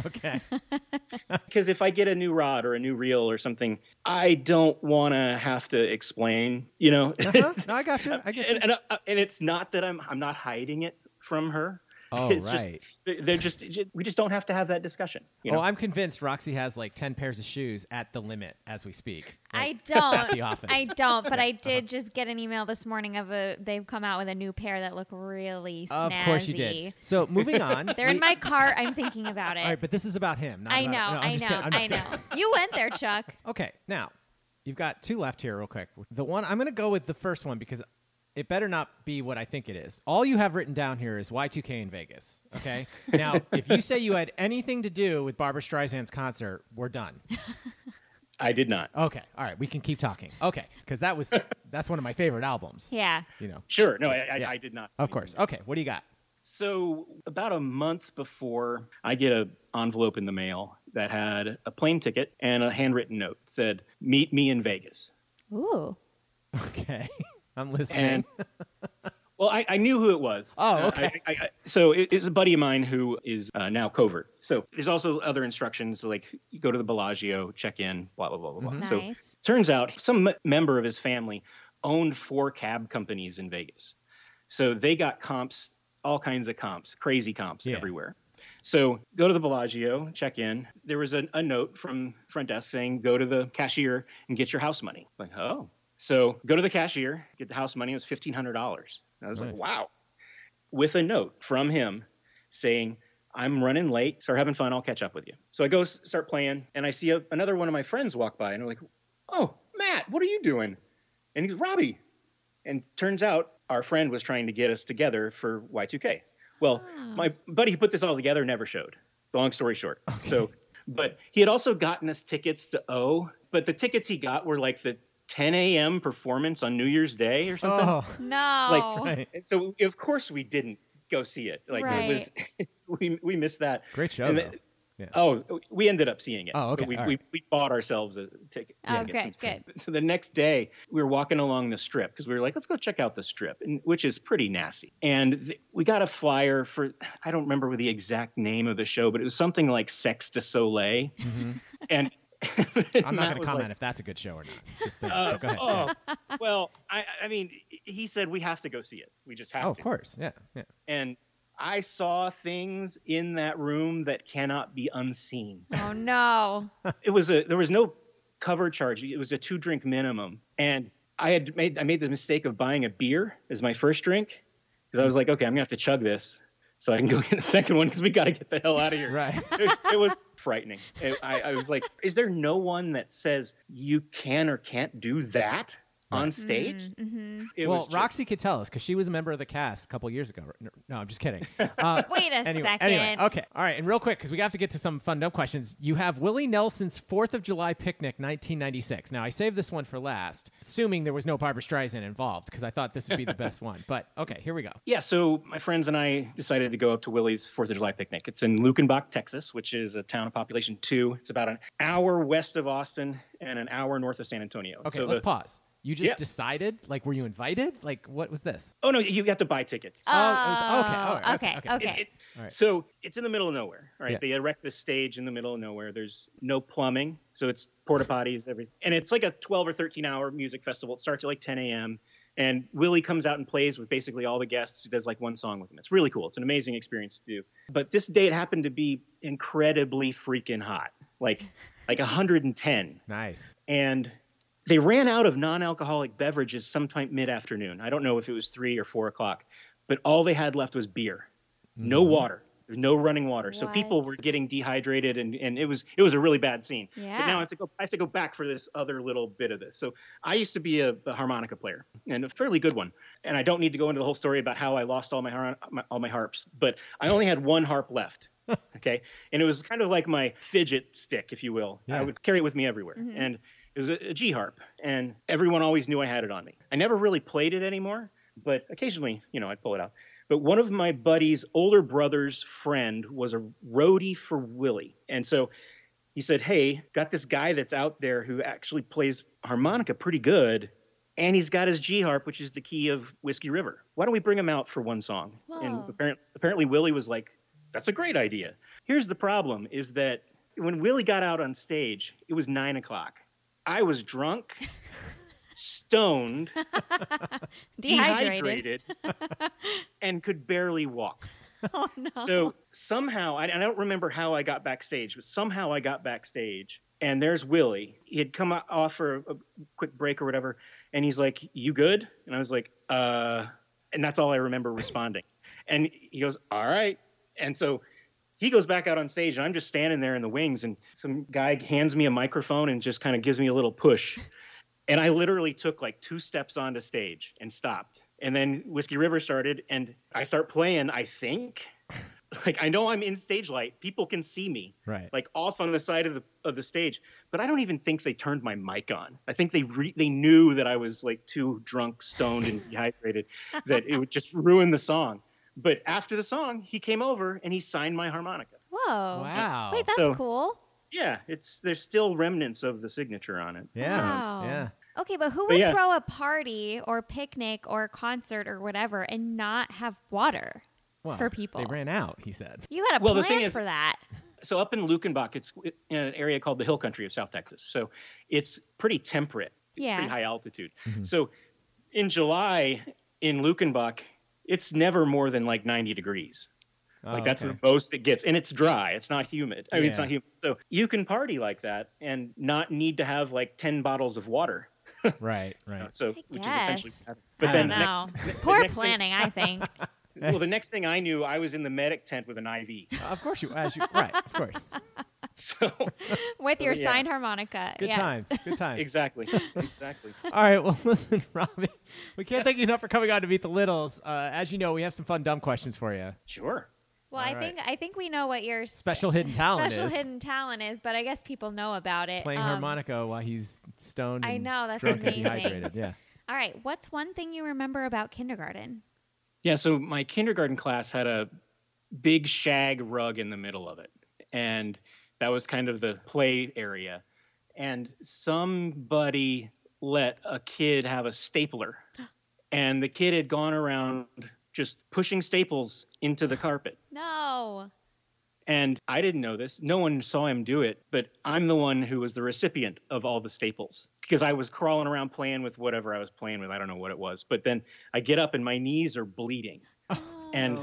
Speaker 2: okay. *laughs*
Speaker 6: Because if I get a new rod or a new reel or something, I don't want to have to explain, you know.
Speaker 2: Uh-huh. No, I got
Speaker 6: *laughs*
Speaker 2: you. I get you.
Speaker 6: and, and, uh, and it's not that I'm, I'm not hiding it from her.
Speaker 2: Oh,
Speaker 6: it's
Speaker 2: right.
Speaker 6: Just, they're just, we just don't have to have that discussion. You know?
Speaker 2: Oh, I'm convinced Roxy has like ten pairs of shoes at the limit as we speak.
Speaker 3: I *laughs*
Speaker 2: Like, At
Speaker 3: don't.
Speaker 2: the office.
Speaker 3: I don't, but *laughs* I did just get an email this morning of a. They've come out with a new pair that look really snazzy.
Speaker 2: Of course you did. So moving on.
Speaker 3: *laughs* They're in
Speaker 2: we-
Speaker 3: my cart. I'm thinking *laughs* about it.
Speaker 2: All right, but this is about him. Not
Speaker 3: I
Speaker 2: about-
Speaker 3: know.
Speaker 2: no, I'm
Speaker 3: I
Speaker 2: just
Speaker 3: know.
Speaker 2: kidding, I'm
Speaker 3: I
Speaker 2: just
Speaker 3: know.
Speaker 2: kidding.
Speaker 3: You went there, *laughs* Chuck.
Speaker 2: Okay, now you've got two left here, real quick. The one I'm going to go with the first one because it better not be what I think it is. All you have written down here is Y2K in Vegas.
Speaker 6: *laughs*
Speaker 2: Okay, now if you say you had anything to do with Barbara Streisand's concert, we're done.
Speaker 6: *laughs* I did not.
Speaker 2: Okay, all right, we can keep talking. Okay, because that
Speaker 6: *laughs*
Speaker 2: was that's one of my favorite albums.
Speaker 3: Yeah.
Speaker 2: You know,
Speaker 6: Sure. No, I, I,
Speaker 2: Yeah.
Speaker 6: I did not.
Speaker 2: of course. Okay, what do you got? *laughs*
Speaker 6: So about a month before, I get a envelope in the mail that had a plane ticket and a handwritten note that said, "Meet me in Vegas."
Speaker 3: Ooh.
Speaker 2: Okay, I'm listening. *laughs*
Speaker 6: And well, I, I knew who it was.
Speaker 2: Oh,
Speaker 6: Uh,
Speaker 2: okay.
Speaker 6: I, I, I, so it, it's a buddy of mine who is uh, now covert. So there's also other instructions like you go to the Bellagio, check in, blah blah blah blah blah.
Speaker 2: Mm-hmm.
Speaker 3: Mhm.
Speaker 6: So
Speaker 3: Nice.
Speaker 6: turns out some m- member of his family owned four cab companies in Vegas. So they got comps, all kinds of comps, crazy comps
Speaker 2: Yeah.
Speaker 6: everywhere. So go to the Bellagio, check in. There was a, a note from front desk saying, go to the cashier and get your house money. Like, oh. So go to the cashier, get the house money. It was $1,500. And I was like,
Speaker 2: Nice.
Speaker 6: wow. With a note from him saying, I'm running late. Start having fun. I'll catch up with you. So I go s- start playing, and I see a, another one of my friends walk by, and I'm like, "Oh, Matt, what are you doing?" And he goes, "Robbie." And turns out our friend was trying to get us together for Y2K. Well,
Speaker 3: Oh,
Speaker 6: my buddy who put this all together never showed. Long story short. So, but he had also gotten us tickets to O, but the tickets he got were like the 10 a.m. performance on New Year's Day or something
Speaker 2: Oh,
Speaker 3: No. *laughs*
Speaker 6: like so of course we didn't go see it like it was we we missed that
Speaker 2: *laughs* great show.
Speaker 6: And
Speaker 2: though.
Speaker 6: the-
Speaker 2: Yeah.
Speaker 6: oh we ended up seeing it
Speaker 2: Oh, okay,
Speaker 6: But we,
Speaker 2: all
Speaker 6: we,
Speaker 2: right.
Speaker 6: we bought ourselves a ticket
Speaker 3: oh,
Speaker 6: tickets.
Speaker 3: good. Good.
Speaker 6: so the next day we were walking along the strip because we were like let's go check out the strip and, which is pretty nasty and th- we got a flyer for i don't remember the exact name of the show but it was something like sex de soleil
Speaker 2: Mhm.
Speaker 6: *laughs* and
Speaker 2: I'm not going to comment if that's a good show or not. Just think-
Speaker 6: uh,
Speaker 2: but go ahead. yeah.
Speaker 6: oh, well, I, I mean, he said we have to go see it. We just have
Speaker 2: Oh,
Speaker 6: to
Speaker 2: of course. Yeah. yeah.
Speaker 6: and I saw things in that room that cannot be unseen.
Speaker 3: *laughs* Oh no.
Speaker 6: it was a there was no cover charge. It was a two drink minimum, and I had made I made the mistake of buying a beer as my first drink because I was like, okay, I'm gonna have to chug this so I can go get the second one because we got to get the hell out of here.
Speaker 2: Right.
Speaker 6: It, it was frightening. It- I, I was like, is there no one that says you can or can't do that?
Speaker 8: on stage.
Speaker 3: Mm-hmm,
Speaker 2: *laughs*
Speaker 8: It
Speaker 2: well,
Speaker 8: was just-
Speaker 2: Roxy could tell us because she was a member of the cast a couple years ago. No, I'm just
Speaker 6: *laughs*
Speaker 2: kidding. Uh,
Speaker 3: Wait a
Speaker 2: anyway,
Speaker 3: second.
Speaker 2: Anyway, okay. All right. And real quick, because we have to get to some fun, dumb questions. You have Willie Nelson's 4th of July picnic, 1996. Now, I saved this one for last, assuming there was no Barbara Streisand involved, because I thought this would be the best one. But okay, here we
Speaker 6: *laughs*
Speaker 2: go.
Speaker 8: Yeah, so my friends and I decided to go up to Willie's Fourth of July picnic. It's in Lukenbach, Texas, which is a town of population two. It's about an hour west of Austin and an hour north of San Antonio.
Speaker 2: Okay,
Speaker 8: So
Speaker 2: let's
Speaker 8: the-
Speaker 2: pause. You just
Speaker 8: Yeah.
Speaker 2: decided? Like, were you invited? Like, what was this?
Speaker 8: Oh no, you have to buy tickets.
Speaker 3: oh,
Speaker 2: it was- okay, all right, okay, okay.
Speaker 8: It- it-
Speaker 2: All right.
Speaker 8: So it's in the middle of nowhere, right?
Speaker 2: Yeah.
Speaker 8: They erect this stage in the middle of nowhere. There's no plumbing, so it's porta potties, everything, and it's like a 12 or 13 hour music festival. It starts at like 10 a.m. And Willie comes out and plays with basically all the guests. He does like one song with them. It's really cool. It's an amazing experience to do. But this day it happened to be incredibly freaking hot, like like 110.
Speaker 2: Nice.
Speaker 8: And they ran out of non-alcoholic beverages sometime mid-afternoon. I don't know if it was three or four o'clock, but all they had left was beer, no
Speaker 2: Mm-hmm.
Speaker 8: water, There's no running water. So people were getting dehydrated, and, and it was it was a really bad scene. But
Speaker 11: Yeah.
Speaker 8: now I have to go I have to go back for this other little bit of this. So I used to be a, a harmonica player and a fairly good one. And I don't need to go into the whole story about how I lost all my, har- my all my harps, but I only had one harp left. Okay, and it was kind of like my fidget stick, if you will. I would carry it with me everywhere,
Speaker 3: Mm-hmm.
Speaker 11: Mhm.
Speaker 8: and it was a, a G harp, and everyone always knew I had it on me. I never really played it anymore, but occasionally, you know, I'd pull it out. But one of my buddy's older brother's friend was a roadie for Willie, and so he said, "Hey, got this guy that's out there who actually plays harmonica pretty good, and he's got his G harp, which is the key of Whiskey River. Why don't we bring him out for one song?" And
Speaker 11: Whoa.
Speaker 8: apparently, apparently Willie was like, "That's a great idea." Here's the problem: is that when Willie got out on stage, it was nine o'clock. I was
Speaker 3: *laughs*
Speaker 8: drunk, stoned,
Speaker 11: Dehydrated.
Speaker 8: dehydrated, and could barely walk.
Speaker 3: *laughs* Oh no.
Speaker 8: So somehow, I, I don't remember how I got backstage, but somehow I got *laughs* backstage, and there's Willie. He had come o- off for a, a quick break or whatever, and he's like, "You good?" And I was like, "Uh," and that's all I remember responding. And he goes, "All right," and so. He goes back out on stage, and I'm just standing there in the wings. And some guy hands me a microphone and just kind of gives me a little push. And I literally took like two steps onto stage and stopped. And then Whiskey River started, and I start playing, I think. Like I know I'm in stage light. People can see me.
Speaker 2: Right.
Speaker 8: Like off on the side of the of the stage. *laughs* But I don't even think they turned my mic on. I think they re- they knew that I was like too drunk, stoned, and dehydrated that it would just ruin the song. But after the song, he came over and he signed my harmonica.
Speaker 3: Whoa.
Speaker 8: Wow.
Speaker 3: Wait, Oh, that's
Speaker 8: So-
Speaker 3: cool.
Speaker 8: Yeah, it's there's still remnants of the signature on it.
Speaker 3: Wow. Okay, but who
Speaker 8: But
Speaker 3: would
Speaker 8: yeah.
Speaker 3: throw a party or picnic or concert or whatever and not have water
Speaker 8: Well,
Speaker 3: for people?
Speaker 8: they ran
Speaker 2: out, he said.
Speaker 3: You had a
Speaker 8: Well, the
Speaker 3: plan
Speaker 8: thing is-
Speaker 3: for that.
Speaker 8: so up in Lukenbach, it's in an area called the Hill Country of South Texas. So it's pretty temperate,
Speaker 3: Yeah.
Speaker 8: pretty high altitude. So in July in Lukenbach, it's never more than like 90 degrees. like
Speaker 11: Oh,
Speaker 8: that's
Speaker 11: okay.
Speaker 8: the most it gets, and it's dry. It's not humid. I mean, it's
Speaker 11: Yeah.
Speaker 8: not humid. So you can party like that and not need to have like 10 bottles of water. *laughs*
Speaker 2: Right, right.
Speaker 8: So which is essentially.
Speaker 3: Yes.
Speaker 8: But
Speaker 3: I
Speaker 8: then
Speaker 3: don't
Speaker 8: next,
Speaker 3: know.
Speaker 8: the- the
Speaker 3: Poor
Speaker 8: next thing-
Speaker 3: planning, I
Speaker 8: *laughs*
Speaker 3: think.
Speaker 8: well, the next thing I knew, I was in the medic tent with an IV.
Speaker 2: Of course you, as you right, of
Speaker 3: *laughs*
Speaker 2: course.
Speaker 8: So
Speaker 3: With your
Speaker 8: Yeah.
Speaker 3: signed harmonica.
Speaker 2: Good
Speaker 3: yes.
Speaker 2: times. Good times.
Speaker 8: *laughs* Exactly. Exactly.
Speaker 2: All right. Well, *laughs* listen, Robbie, we can't thank you enough for coming on to Meet the Littles. Uh, as you know, we have some fun, dumb questions for you.
Speaker 8: Sure.
Speaker 3: Well,
Speaker 2: All
Speaker 3: I
Speaker 2: right.
Speaker 3: think I think we know what your s-
Speaker 2: Special hidden talent
Speaker 3: special
Speaker 2: is
Speaker 3: hidden talent is, but I guess people know about it.
Speaker 2: playing
Speaker 3: Um,
Speaker 2: harmonica while he's stoned.
Speaker 3: I
Speaker 2: and
Speaker 3: know, that's
Speaker 2: drunk
Speaker 3: amazing.
Speaker 2: And dehydrated. Yeah.
Speaker 3: All right, what's one thing you remember about kindergarten?
Speaker 8: Yeah, so my kindergarten class had a big shag rug in the middle of it. And that was kind of the play area. And somebody let a kid have a stapler. And the kid had gone around just pushing staples into the carpet.
Speaker 3: No.
Speaker 8: And I didn't know this. No one saw him do it, but I'm the one who was the recipient of all the staples because I was crawling around playing with whatever I was playing with. I don't know what it was. But then I get up and my knees are bleeding.
Speaker 3: Oh,
Speaker 8: and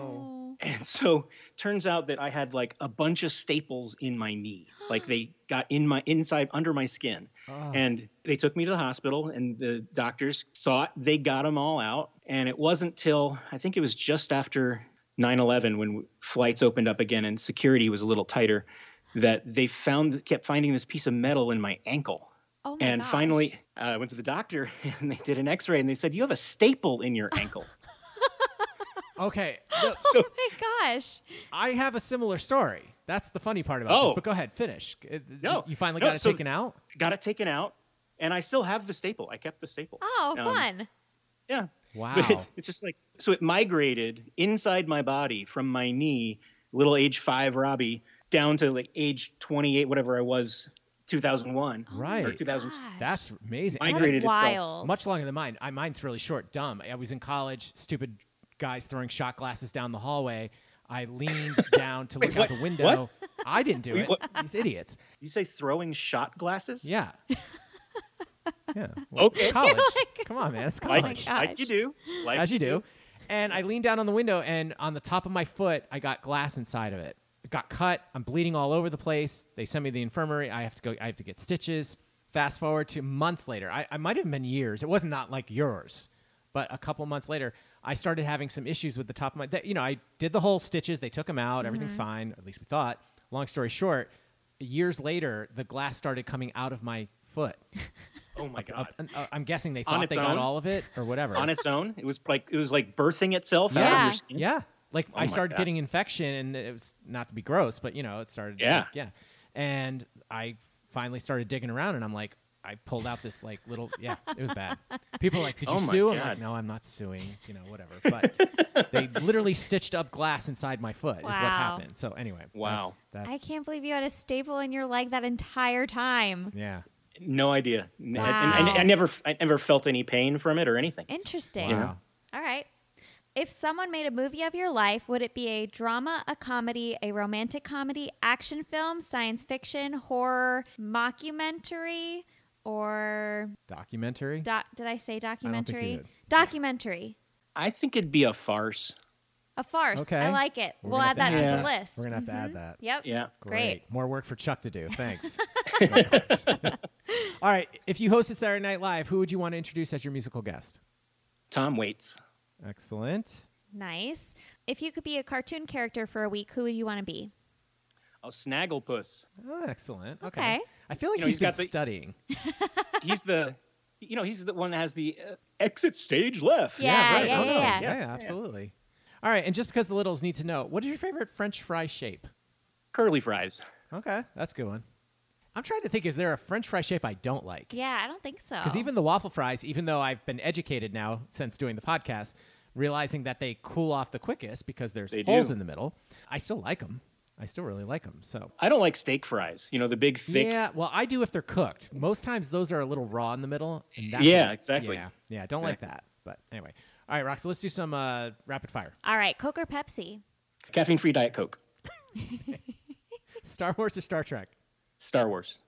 Speaker 8: *laughs* and so turns out that I had like a bunch of staples in my knee.
Speaker 3: *gasps*
Speaker 8: Like they got in my inside under my skin. And they took me to the hospital, and the doctors thought they got them all out. And it wasn't till I think it was just after 9 11 when flights opened up again and security was a little tighter that they found kept finding this piece of metal in my ankle.
Speaker 12: Oh my
Speaker 8: and
Speaker 12: gosh.
Speaker 3: *laughs*
Speaker 8: finally, *laughs* uh, I went to the doctor and they did an x ray and they said, You have a staple in your ankle.
Speaker 2: Okay.
Speaker 8: so
Speaker 3: Oh my gosh.
Speaker 2: I have a similar story. That's the funny part about
Speaker 8: Oh.
Speaker 2: this. But go ahead, finish. It-
Speaker 8: No,
Speaker 2: you finally
Speaker 8: no,
Speaker 2: got it
Speaker 8: so-
Speaker 2: taken
Speaker 8: *laughs*
Speaker 2: out.
Speaker 8: got it taken out and I still have the staple. I kept the staple.
Speaker 3: Oh,
Speaker 8: Um,
Speaker 3: fun.
Speaker 8: Yeah.
Speaker 2: Wow.
Speaker 8: But it, it's just like, so it migrated inside my body from my knee, little age five Robbie, down to like age 28, whatever I was, 2001. Or
Speaker 2: Right.
Speaker 8: 2000.
Speaker 2: That's amazing.
Speaker 8: That's Migrated itself. wild.
Speaker 2: Much longer than mine. I, mine's really short, dumb. I was in college, stupid guys throwing shot glasses down the hallway. I
Speaker 8: *laughs*
Speaker 2: leaned down to look
Speaker 8: Wait,
Speaker 2: out the
Speaker 8: what?
Speaker 2: window.
Speaker 8: What?
Speaker 2: I didn't do
Speaker 8: Wait,
Speaker 2: it.
Speaker 8: what?
Speaker 2: These idiots.
Speaker 8: You say throwing shot glasses? *laughs*
Speaker 2: Yeah. yeah.
Speaker 8: Okay. *laughs* Oh
Speaker 2: College. Come on, man. It's
Speaker 8: Like,
Speaker 2: college.
Speaker 8: like you do. Like
Speaker 2: Oh as you do. *laughs* And I leaned down on the window, and on the top of my foot, I got glass inside of it. It got cut. I'm bleeding all over the place. They sent me to the infirmary. I have to go. I have to get stitches. Fast forward to months later. I, I might have been years. It wasn't not like yours, but a couple months later, I started having some issues with the top of my. That, you know, I did the whole stitches. They took them out. Everything's
Speaker 8: Mm-hmm.
Speaker 13: Mhm.
Speaker 2: fine. At least we thought. Long story short, years later, the glass started coming out of my foot.
Speaker 8: *laughs* Oh my
Speaker 2: Uh,
Speaker 8: god.
Speaker 2: uh, I'm guessing they
Speaker 8: On
Speaker 2: thought
Speaker 8: its
Speaker 2: they got
Speaker 8: own?
Speaker 2: all of it or whatever.
Speaker 8: *laughs* On its own, it was like it was like birthing itself out of
Speaker 2: Yeah.
Speaker 8: your skin.
Speaker 2: Yeah. Like
Speaker 8: Oh
Speaker 2: I
Speaker 8: my
Speaker 2: started
Speaker 8: God.
Speaker 2: getting infection and it was not to be gross, but you know, it started
Speaker 8: Yeah.
Speaker 2: like, yeah. And I finally started digging around and I'm like I pulled out this like little yeah, it was bad. People are like, "Did you
Speaker 8: *laughs* Oh my
Speaker 2: sue?" I'm like,
Speaker 8: God.
Speaker 2: "No, I'm not suing, you know, whatever." But
Speaker 8: *laughs*
Speaker 2: they literally stitched up glass inside my foot is what
Speaker 3: Wow.
Speaker 2: happened. So anyway,
Speaker 8: Wow.
Speaker 2: That's,
Speaker 3: I
Speaker 2: that's
Speaker 3: can't believe you had a staple in your leg that entire time.
Speaker 2: yeah.
Speaker 8: No idea. N-
Speaker 3: Wow.
Speaker 8: And, and I never I never felt any pain from it or anything.
Speaker 3: Interesting.
Speaker 8: Wow.
Speaker 3: All right. If someone made a movie of your life, would it be a drama, a comedy, a romantic comedy, action film, science fiction, horror, mockumentary, or
Speaker 2: documentary.
Speaker 3: doc did I say
Speaker 8: you
Speaker 3: documentary?
Speaker 8: did.
Speaker 3: Documentary.
Speaker 8: I think it'd be a farce.
Speaker 3: A farce. I
Speaker 2: Okay.
Speaker 3: like it.
Speaker 2: We're
Speaker 3: we'll
Speaker 2: gonna
Speaker 3: add that
Speaker 2: have
Speaker 3: to
Speaker 2: add
Speaker 3: the list.
Speaker 2: We're going to have to add
Speaker 3: Mhm.
Speaker 2: that.
Speaker 3: Yep. Great.
Speaker 2: More work for Chuck to do.
Speaker 3: *laughs*
Speaker 2: Thanks. All right. If you hosted Saturday Night Live, who would you want to introduce as your musical guest?
Speaker 8: Tom Waits.
Speaker 2: Excellent.
Speaker 3: Nice. If you could be a cartoon character for a week, who would you want to be?
Speaker 8: Oh, Snagglepuss.
Speaker 2: Oh, excellent. Okay.
Speaker 3: Okay.
Speaker 2: I feel like
Speaker 8: You know,
Speaker 2: he's
Speaker 8: he's
Speaker 2: been
Speaker 8: got the-
Speaker 2: studying.
Speaker 8: He's the, you know, he's the one that has the uh, exit stage left.
Speaker 3: Yeah,
Speaker 2: right.
Speaker 3: yeah,
Speaker 2: Oh, no.
Speaker 3: yeah, yeah.
Speaker 8: Yeah.
Speaker 2: absolutely. All right. And just because the littles need to know, what is your favorite French fry shape?
Speaker 8: Curly fries.
Speaker 2: Okay. That's a good one. I'm trying to think, is there a French fry shape I don't like?
Speaker 3: Yeah, I don't think so.
Speaker 2: Because even the waffle fries, even though I've been educated now since doing the podcast, realizing that they cool off the quickest because there's
Speaker 8: They
Speaker 2: holes
Speaker 8: do.
Speaker 2: in the middle, I still like them. I still really like them. So
Speaker 8: I don't like steak fries. You know, the big thick.
Speaker 2: yeah, well, I do if they're cooked. Most times those are a little raw in the middle. And that's
Speaker 8: Yeah, exactly.
Speaker 2: Yeah, yeah, I don't like that. But anyway, all right, Roxy, let's do some uh, rapid fire. *laughs*
Speaker 3: All right, Coke or Pepsi?
Speaker 8: Caffeine free Diet Coke.
Speaker 2: Star Wars or Star Trek?
Speaker 8: Star Wars.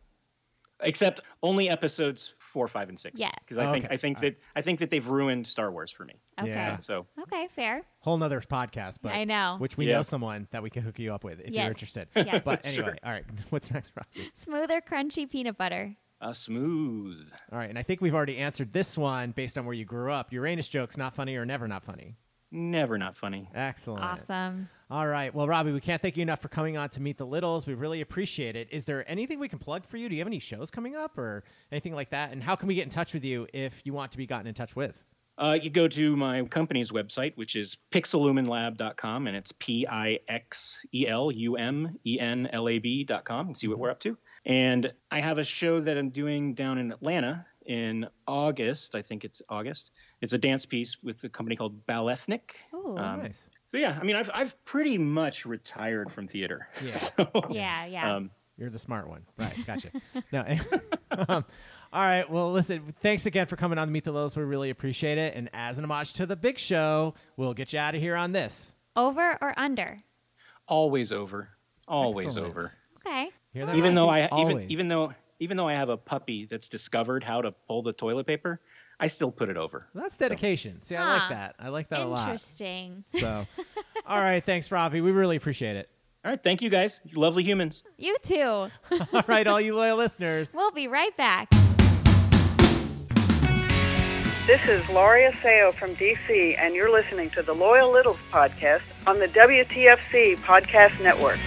Speaker 8: Except only episodes four, five, and six.
Speaker 3: Yeah.
Speaker 8: Because I think
Speaker 2: Okay. Uh.
Speaker 8: I think that I think that they've ruined Star Wars for me.
Speaker 3: Okay. Yeah.
Speaker 8: So
Speaker 3: Okay, fair.
Speaker 2: Whole nother podcast, but
Speaker 3: I know. *laughs*
Speaker 2: which we
Speaker 8: Yeah.
Speaker 2: know someone that we can hook you up with if
Speaker 3: Yes.
Speaker 2: you're interested.
Speaker 3: Yes.
Speaker 2: But
Speaker 8: *laughs* Sure.
Speaker 2: anyway, all right, *laughs* what's next, Roxy?
Speaker 3: Smooth or crunchy peanut butter?
Speaker 8: uh, smooth.
Speaker 2: All right, and I think we've already answered this one based on where you grew up. Uranus jokes not funny or never not funny.
Speaker 8: Never not funny.
Speaker 2: Excellent.
Speaker 3: Awesome.
Speaker 2: All right. Well, Robbie, we can't thank you enough for coming on to Meet the Littles. We really appreciate it. Is there anything we can plug for you? Do you have any shows coming up or anything like that? And how can we get in touch with you if you want to be gotten in touch with?
Speaker 8: Uh, you go to my company's website, which is pixelumenlab.com, and it's P I X E L U M E N L A B.com, and see what we're up to. And I have a show that I'm doing down in Atlanta in August. I think it's August. It's a dance piece with a company called Balethnic.
Speaker 3: Ooh.
Speaker 8: Um,
Speaker 2: Oh, nice.
Speaker 8: So, yeah, I mean, I've, I've pretty much retired from theater.
Speaker 2: Yeah.
Speaker 8: So,
Speaker 3: Yeah, yeah.
Speaker 8: um,
Speaker 2: You're the smart one. Right. Gotcha. *laughs* no. um, all right. Well, listen, thanks again for coming on to Meet the Littles. We really appreciate it. And as an homage to the big show, we'll get you out of here on this.
Speaker 3: Over or under?
Speaker 8: *laughs* always over. Always
Speaker 2: Excellent.
Speaker 8: over.
Speaker 3: Okay.
Speaker 2: Hear that,
Speaker 8: even though
Speaker 2: Roxy?
Speaker 8: I
Speaker 2: Always.
Speaker 8: even even though even though I have a puppy that's discovered how to pull the toilet paper, I still put it over.
Speaker 2: That's dedication. See, I
Speaker 3: Huh.
Speaker 2: like that. I like that a lot.
Speaker 3: Interesting. *laughs*
Speaker 2: So, all right. Thanks, Robbie. We really appreciate it. *laughs*
Speaker 8: All right, thank you guys, you lovely humans.
Speaker 3: You too.
Speaker 2: All right, all you loyal listeners.
Speaker 3: We'll be right back.
Speaker 7: This is Laurie Aseo from DC, and you're listening to the Loyal Littles podcast on the WTFC Podcast Network.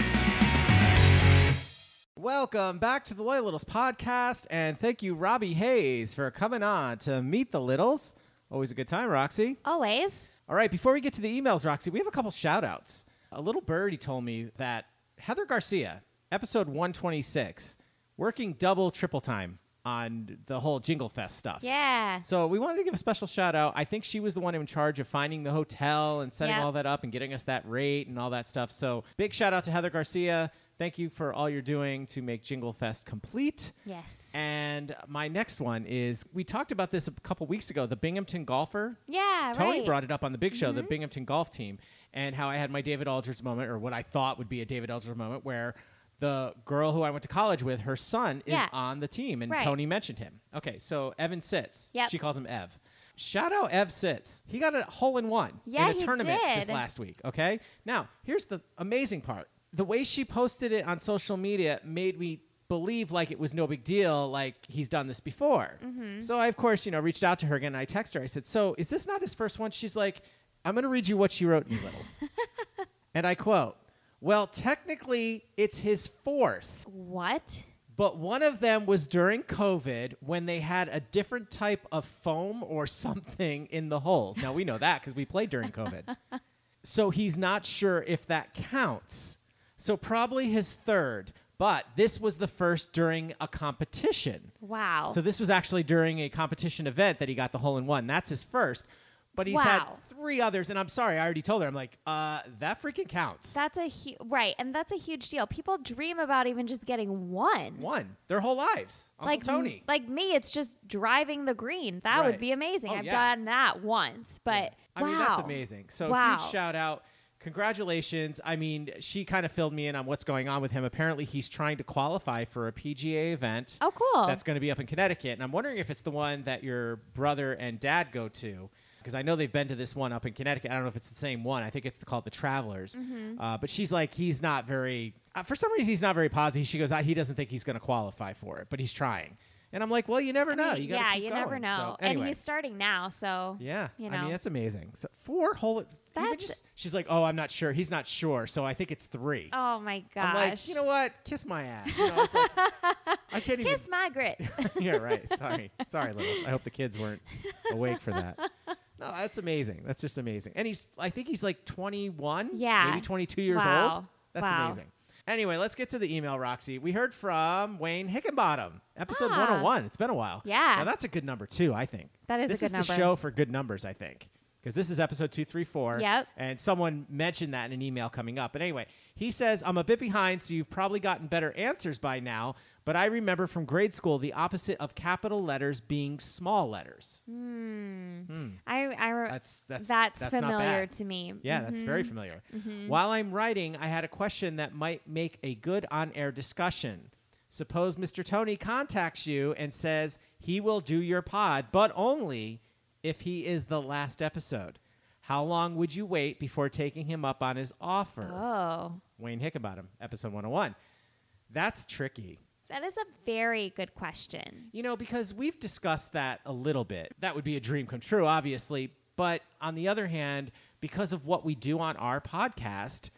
Speaker 2: Welcome back to the Loyal Littles podcast, and thank you, Robbie Hayes, for coming on to meet the Littles. Always a good time, Roxy.
Speaker 3: Always.
Speaker 2: All right, before we get to the emails, Roxy, we have a couple shout outs. A little birdie told me that Heather Garcia, episode 126, working double, triple time on the whole Jingle Fest stuff.
Speaker 3: Yeah.
Speaker 2: So we wanted to give a special shout out. I think she was the one in charge of finding the hotel and setting
Speaker 3: Yeah.
Speaker 2: all that up and getting us that rate and all that stuff. So big shout out to Heather Garcia. Thank you for all you're doing to make Jingle Fest complete.
Speaker 3: Yes.
Speaker 2: And my next one is we talked about this a couple weeks ago. The Binghamton golfer
Speaker 3: Yeah,
Speaker 2: Tony
Speaker 3: right. Mm-hmm.
Speaker 2: brought it up on the big show, the Binghamton golf team, and how I had my David Aldridge moment, or what I thought would be a David Aldridge moment, where the girl who I went to college with, her son is
Speaker 3: Yeah.
Speaker 2: on the team, and
Speaker 3: Right.
Speaker 2: Tony mentioned him. Okay, so Evan Sitz.
Speaker 3: Yep.
Speaker 2: She calls him Ev. Shout out Ev Sitz. He got a hole in one
Speaker 3: Yeah,
Speaker 2: in a
Speaker 3: he
Speaker 2: tournament this
Speaker 3: did.
Speaker 2: last week. Okay. Now, here's the amazing part. The way she posted it on social media made me believe like it was no big deal, like he's done this before.
Speaker 3: Mm-hmm.
Speaker 14: Mhm.
Speaker 2: So I, of course, you know, reached out to her again and I texted her. I said, So is this not his first one? She's like, I'm going to read you what she wrote in
Speaker 3: *laughs*
Speaker 2: the Littles. and I quote, Well, technically, it's his fourth.
Speaker 3: What?
Speaker 2: But one of them was during COVID when they had a different type of foam or *laughs* something in the holes. Now we know that because we played during
Speaker 3: *laughs*
Speaker 2: COVID. so he's not sure if that counts. So probably his third, but this was the first during a competition.
Speaker 3: Wow.
Speaker 2: So this was actually during a competition event that he got the hole in one. That's his first. But he's had
Speaker 3: Wow.
Speaker 2: three others, and I'm sorry, I already told her. I'm like, uh, that freaking counts.
Speaker 3: That's a hu- right, and that's a huge deal. People dream about even just getting one.
Speaker 2: One their whole lives. Uncle
Speaker 3: like
Speaker 2: Tony.
Speaker 3: like me, it's just driving the green. That
Speaker 2: Right.
Speaker 3: would be amazing.
Speaker 2: Oh,
Speaker 3: I've
Speaker 2: yeah.
Speaker 3: done that once, but
Speaker 2: I
Speaker 3: wow,
Speaker 2: mean, that's amazing. So
Speaker 3: wow.
Speaker 2: huge shout out. Congratulations. I mean, she kind of filled me in on what's going on with him. Apparently, he's trying to qualify for a PGA event.
Speaker 3: Oh, cool.
Speaker 2: That's going to be up in Connecticut. And I'm wondering if it's the one that your brother and dad go to. Because I know they've been to this one up in Connecticut. I don't know if it's the same one. I think it's called the Travelers.
Speaker 3: Mm-hmm.
Speaker 14: Mhm.
Speaker 2: Uh, but she's like, he's not very, uh, for some reason, he's not very positive. She goes, "I- he doesn't think he's going to qualify for it, but he's trying. And I'm like, well, you never know.
Speaker 3: I mean,
Speaker 2: you gotta
Speaker 3: yeah,
Speaker 2: keep
Speaker 3: you
Speaker 2: going.
Speaker 3: never
Speaker 2: So,
Speaker 3: know.
Speaker 2: anyway.
Speaker 3: And he's starting now, so
Speaker 2: Yeah,
Speaker 3: you
Speaker 2: I
Speaker 3: know.
Speaker 2: mean that's amazing. So four whole. That's
Speaker 3: That's-
Speaker 2: just, she's like, oh, I'm not sure. He's not sure, so I think it's three.
Speaker 3: oh my gosh.
Speaker 2: I'm like, you know what? Kiss my ass. You know, I, was like, I can't even.
Speaker 3: Kiss
Speaker 2: *laughs*
Speaker 3: my grits. *laughs*
Speaker 2: yeah, right. Sorry, sorry, Lilith. I hope the kids weren't awake for that. No, that's amazing. That's just amazing. And he's, I think he's like 21.
Speaker 3: Yeah.
Speaker 2: maybe 22 years old.
Speaker 3: Wow.
Speaker 2: That's
Speaker 3: Wow.
Speaker 2: amazing. Anyway, let's get to the email, Roxy. We heard from Wayne Hickenbottom, episode
Speaker 3: Ah.
Speaker 2: 101. It's been a while.
Speaker 3: Yeah.
Speaker 2: Now, that's a good number, too, I think.
Speaker 3: That is a
Speaker 2: this
Speaker 3: good
Speaker 2: is
Speaker 3: number.
Speaker 2: the show for good numbers, I think, because this is episode 234.
Speaker 3: Yep.
Speaker 2: And someone mentioned that in an email coming up. But anyway, he says, I'm a bit behind, so you've probably gotten better answers by now, but I remember from grade school the opposite of capital letters being small letters.
Speaker 3: Hmm.
Speaker 2: Hmm.
Speaker 3: I, I re-
Speaker 2: That's that's that's not
Speaker 3: familiar
Speaker 2: bad.
Speaker 3: to me.
Speaker 2: Yeah, that's very
Speaker 3: Mhm.
Speaker 2: familiar.
Speaker 3: Mhm.
Speaker 2: While I'm writing, I had a question that might make a good on-air discussion. Suppose Mr. Tony contacts you and says he will do your pod, but only if he is the last episode. How long would you wait before taking him up on his offer?
Speaker 3: Oh,
Speaker 2: Wayne Hickenbottom, episode 101. That's tricky.
Speaker 3: that is a very good question.
Speaker 2: You know, because we've discussed that a little bit. That would be a dream come true, obviously. But on the other hand, because of what we do on our podcast,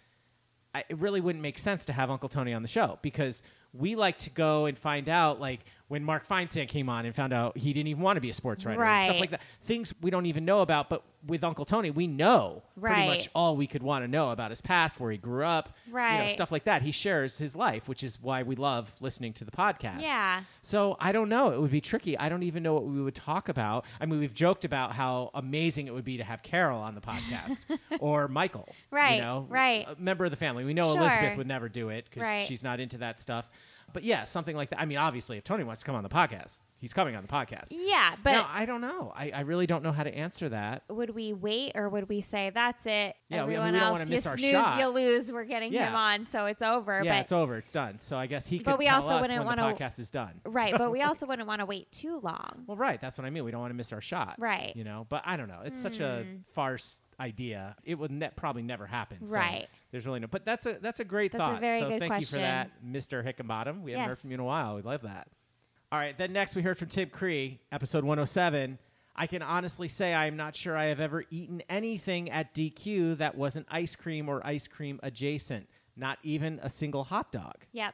Speaker 2: I, it really wouldn't make sense to have Uncle Tony on the show because we like to go and find out, like when Mark Feinstein came on and found out he didn't even want to be a sports writer and stuff
Speaker 14: Right.
Speaker 2: like that. Things we don't even know about, but with Uncle Tony, we know pretty much
Speaker 14: Right.
Speaker 2: all we could want to know about his past, where he grew up, you know,
Speaker 3: Right.
Speaker 2: stuff like that. He shares his life, which is why we love listening to the podcast.
Speaker 3: Yeah.
Speaker 2: So I don't know. It would be tricky. I don't even know what we would talk about. I mean, we've joked about how amazing it would be to have Carol on the
Speaker 3: *laughs*
Speaker 2: podcast or Michael, You
Speaker 3: Right,
Speaker 2: know,
Speaker 3: right.
Speaker 2: A member of the family. We know Elizabeth
Speaker 3: Sure.
Speaker 2: would never do it because
Speaker 3: Right.
Speaker 2: she's not into that stuff. But yeah, something like that. I mean, obviously, if Tony wants to come on the podcast, he's coming on the podcast.
Speaker 3: Yeah, but
Speaker 2: now, I don't know. I, I really don't know how to answer that.
Speaker 3: would we wait or would we say that's it?
Speaker 2: Yeah, we- I mean,
Speaker 3: Everyone
Speaker 2: we don't
Speaker 3: else,
Speaker 2: wanna
Speaker 3: you
Speaker 2: miss our
Speaker 3: snooze,
Speaker 2: shot."
Speaker 3: you lose. We're getting him
Speaker 2: Yeah.
Speaker 3: on, so it's over.
Speaker 2: yeah,
Speaker 3: but
Speaker 2: it's over. It's done. So I guess he could
Speaker 3: But we
Speaker 2: tell
Speaker 3: also
Speaker 2: us
Speaker 3: wouldn't
Speaker 2: when the
Speaker 3: wanna-
Speaker 2: podcast is done. *laughs*
Speaker 3: right,
Speaker 2: So-
Speaker 3: but we also wouldn't want to wait too long.
Speaker 2: Well, right. That's what I mean. We don't want to miss our shot.
Speaker 3: Right.
Speaker 2: You know, but I don't know. It's such a
Speaker 3: Hmm.
Speaker 2: farce idea. It would ne- probably never happen. so
Speaker 3: Right.
Speaker 2: there's really no. But that's a that's a great
Speaker 3: That's a
Speaker 2: thought.
Speaker 3: very
Speaker 2: so
Speaker 3: good
Speaker 2: thank you for
Speaker 3: question.
Speaker 2: that, Mr. Hickenbottom. We haven't heard
Speaker 3: Yes.
Speaker 2: from you in a while. We love that. All right. Then next we heard from Tim Cree, episode 107. I can honestly say I am not sure I have ever eaten anything at DQ that wasn't ice cream or ice cream adjacent. Not even a single hot dog.
Speaker 3: Yep.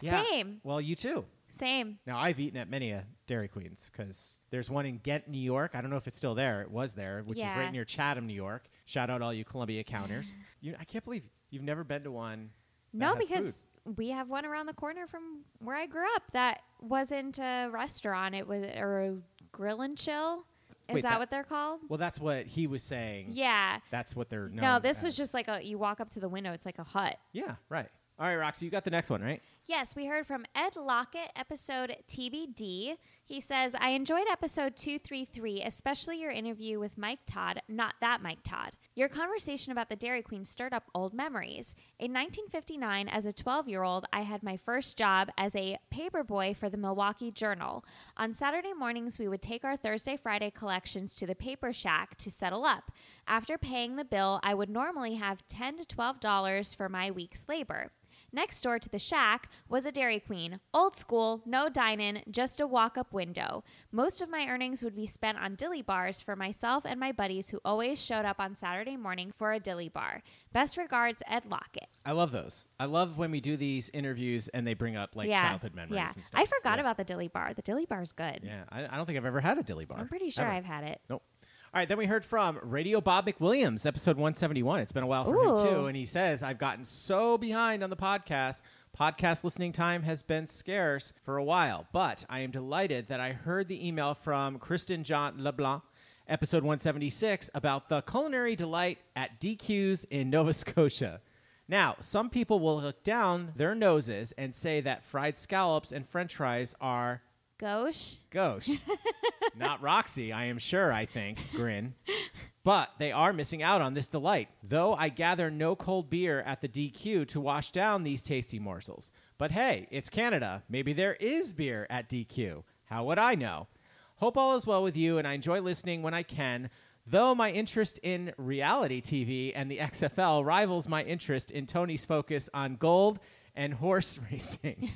Speaker 2: Yeah.
Speaker 3: Same.
Speaker 2: Well, you too.
Speaker 3: Same.
Speaker 2: Now I've eaten at many a Dairy Queens because there's one in Ghent, New York. I don't know if it's still there. It was there, which is
Speaker 3: Yeah.
Speaker 2: right near Chatham, New York. Shout out all you Columbia counters. you, I can't believe you've never been to one. that
Speaker 3: No,
Speaker 2: has
Speaker 3: because we have one around the corner from where I grew up that wasn't a restaurant. It was or a grill and chill. Is
Speaker 2: Wait,
Speaker 3: that,
Speaker 2: that-
Speaker 3: what they're called?
Speaker 2: food. well, that's what he was saying.
Speaker 3: Yeah.
Speaker 2: that's what they're.
Speaker 3: No,
Speaker 2: known
Speaker 3: this was
Speaker 2: as.
Speaker 3: just like a you walk up to the window, it's like a hut.
Speaker 2: Yeah, right. All right, Roxy, you got the next one, right?
Speaker 3: Yes, we heard from Ed Lockett, episode TBD. He says, I enjoyed episode 233, especially your interview with Mike Todd, not that Mike Todd. Your conversation about the Dairy Queen stirred up old memories. In 1959, as a 12 year old, I had my first job as a paperboy for the Milwaukee Journal. On Saturday mornings, we would take our Thursday Friday collections to the paper shack to settle up. After paying the bill, I would normally have $10 to $12 for my week's labor. Next door to the shack was a Dairy Queen. Old school, no dine in, just a walk up window. Most of my earnings would be spent on dilly bars for myself and my buddies who always showed up on Saturday morning for a dilly bar. Best regards, Ed Lockett.
Speaker 2: I love those. I love when we do these interviews and they bring up like
Speaker 3: Yeah,
Speaker 2: childhood memories
Speaker 3: Yeah.
Speaker 2: and stuff.
Speaker 3: I forgot about the dilly bar. The dilly bar's good.
Speaker 2: Yeah, I, I don't think I've ever had a dilly bar.
Speaker 3: I'm pretty sure
Speaker 2: ever.
Speaker 3: I've had it.
Speaker 2: Nope. All right, then we heard from Radio Bob McWilliams, episode 171. It's been a while for him,
Speaker 3: Ooh.
Speaker 2: too. And he says, I've gotten so behind on the podcast. Podcast listening time has been scarce for a while, but I am delighted that I heard the email from Kristen John LeBlanc, episode 176, about the culinary delight at DQ's in Nova *laughs* Scotia. Now, some people will look down their noses and say that fried scallops and french fries are
Speaker 3: Gauche?
Speaker 2: Gauche. Not Roxy, I am sure, I think. Grin. But they are missing out on this delight, though I gather no cold beer at the DQ to wash down these tasty morsels. But hey, it's Canada. Maybe there is beer at DQ. How would I know? Hope all is well with you, and I enjoy listening when I can, though my interest in reality TV and the XFL rivals my interest in Tony's focus on gold and horse *laughs* racing.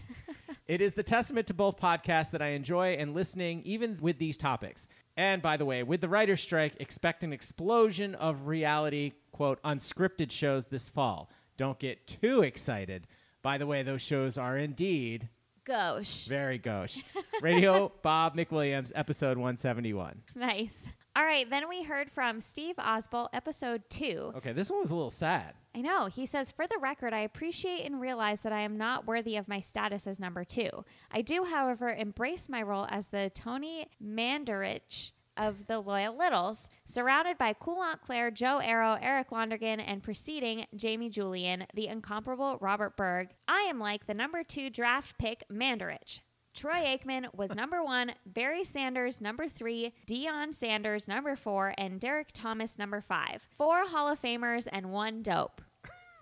Speaker 2: It is the testament to both podcasts that I enjoy and listening, even with these topics. And by the way, with the writer's strike, expect an explosion of reality, quote, unscripted shows this fall. Don't get too excited. By the way, those shows are indeed
Speaker 3: Gauche.
Speaker 2: very gauche. Radio Bob McWilliams, episode 171.
Speaker 3: *laughs* Nice. All right, then we heard from Steve Osbald, episode two.
Speaker 2: Okay, this one was a little sad.
Speaker 3: I know. He says, for the record, I appreciate and realize that I am not worthy of my status as number two. I do, however, embrace my role as the Tony Mandarich of the Loyal Littles, surrounded by cool Aunt Claire, Joe Arrow, Eric Londergan, and preceding Jamie Julian, the incomparable Robert Berg. I am like the number two draft pick Mandarich. Troy Aikman
Speaker 2: *laughs*
Speaker 3: was number one, Barry Sanders number three, Dion Sanders number four, and Derek Thomas number five. Four Hall of Famers and
Speaker 2: *laughs*
Speaker 3: one dope.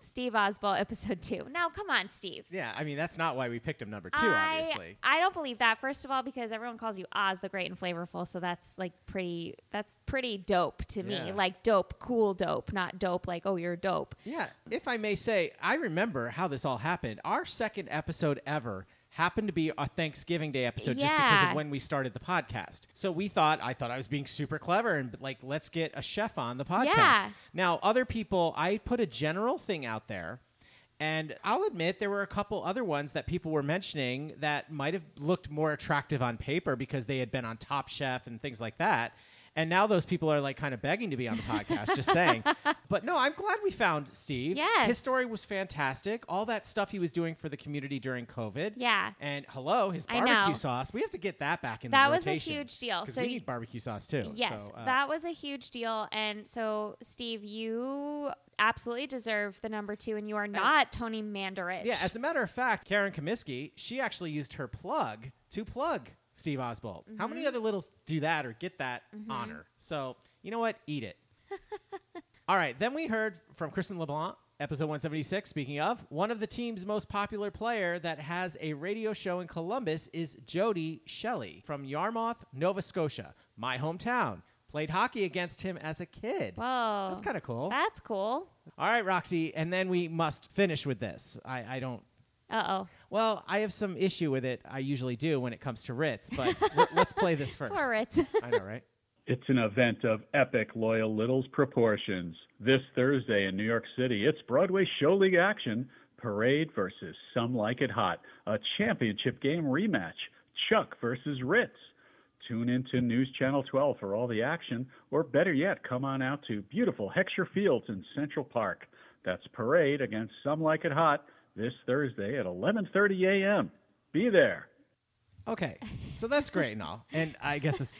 Speaker 3: Steve Osbald, episode two. Now, come on, Steve.
Speaker 2: Yeah, I mean, that's not why we picked him number two,
Speaker 3: I,
Speaker 2: obviously.
Speaker 3: I don't believe that. First of all, because everyone calls you Oz the Great and Flavorful, so that's like pretty. That's pretty dope to me.
Speaker 2: Yeah.
Speaker 3: Like dope, cool dope, not dope. Like oh, you're dope.
Speaker 2: Yeah, if I may say, I remember how this all happened. Our second episode ever happened to be a Thanksgiving Day episode just because
Speaker 3: Yeah.
Speaker 2: of when we started the podcast. So we thought, I thought I was being super clever and like, let's get a chef on the podcast.
Speaker 3: Yeah.
Speaker 2: Now, other people, I put a general thing out there. And I'll admit there were a couple other ones that people were mentioning that might have looked more attractive on paper because they had been on Top Chef and things like that. And now those people are like kind of begging to be on the podcast, just
Speaker 3: *laughs*
Speaker 2: saying. But no, I'm glad we found Steve.
Speaker 3: Yes.
Speaker 2: His story was fantastic. All that stuff he was doing for the community during COVID.
Speaker 3: Yeah.
Speaker 2: And hello, his
Speaker 3: I know.
Speaker 2: barbecue sauce. We have to get that back in
Speaker 3: That
Speaker 2: the
Speaker 3: was a
Speaker 2: rotation.
Speaker 3: huge deal.
Speaker 2: 'cause
Speaker 3: So
Speaker 2: we
Speaker 3: y-
Speaker 2: need barbecue sauce too.
Speaker 3: Yes,
Speaker 2: So, uh,
Speaker 3: that was a huge deal. And so, Steve, you absolutely deserve the number two, and you are not Tony Mandarich.
Speaker 2: Yeah, as a matter of fact, Karen Comiskey, she actually used her plug to plug Steve Oswald. How many
Speaker 3: Mhm.
Speaker 2: other littles do that or get that
Speaker 3: Mhm.
Speaker 2: honor? So, you know what? Eat it. All right, then we heard from Kristen LeBlanc, episode 176. Speaking of, one of the team's most popular player that has a radio show in Columbus is Jody Shelley from Yarmouth, Nova Scotia, my hometown. Played hockey against him as a kid.
Speaker 3: Whoa.
Speaker 2: That's kind of cool.
Speaker 3: That's cool.
Speaker 2: All right, Roxy, and then we must finish with this. I, I don't
Speaker 3: Uh oh.
Speaker 2: well, I have some issue with it. I usually do when it comes to Ritz,
Speaker 3: *laughs*
Speaker 2: but l- let's play this first.
Speaker 3: Poor Ritz. *laughs*
Speaker 2: I know, right?
Speaker 14: It's an event of epic Loyal Littles proportions. This Thursday in New York City, it's Broadway Show League action Parade versus Some Like It Hot, a championship game rematch, Chuck versus Ritz. Tune into News Channel 12 for all the action, or better yet, come on out to beautiful Heckscher Fields in Central Park. That's Parade against Some Like It Hot this Thursday at 11:30 a.m. Be there.
Speaker 2: Okay, so that's great and all, and I guess it's,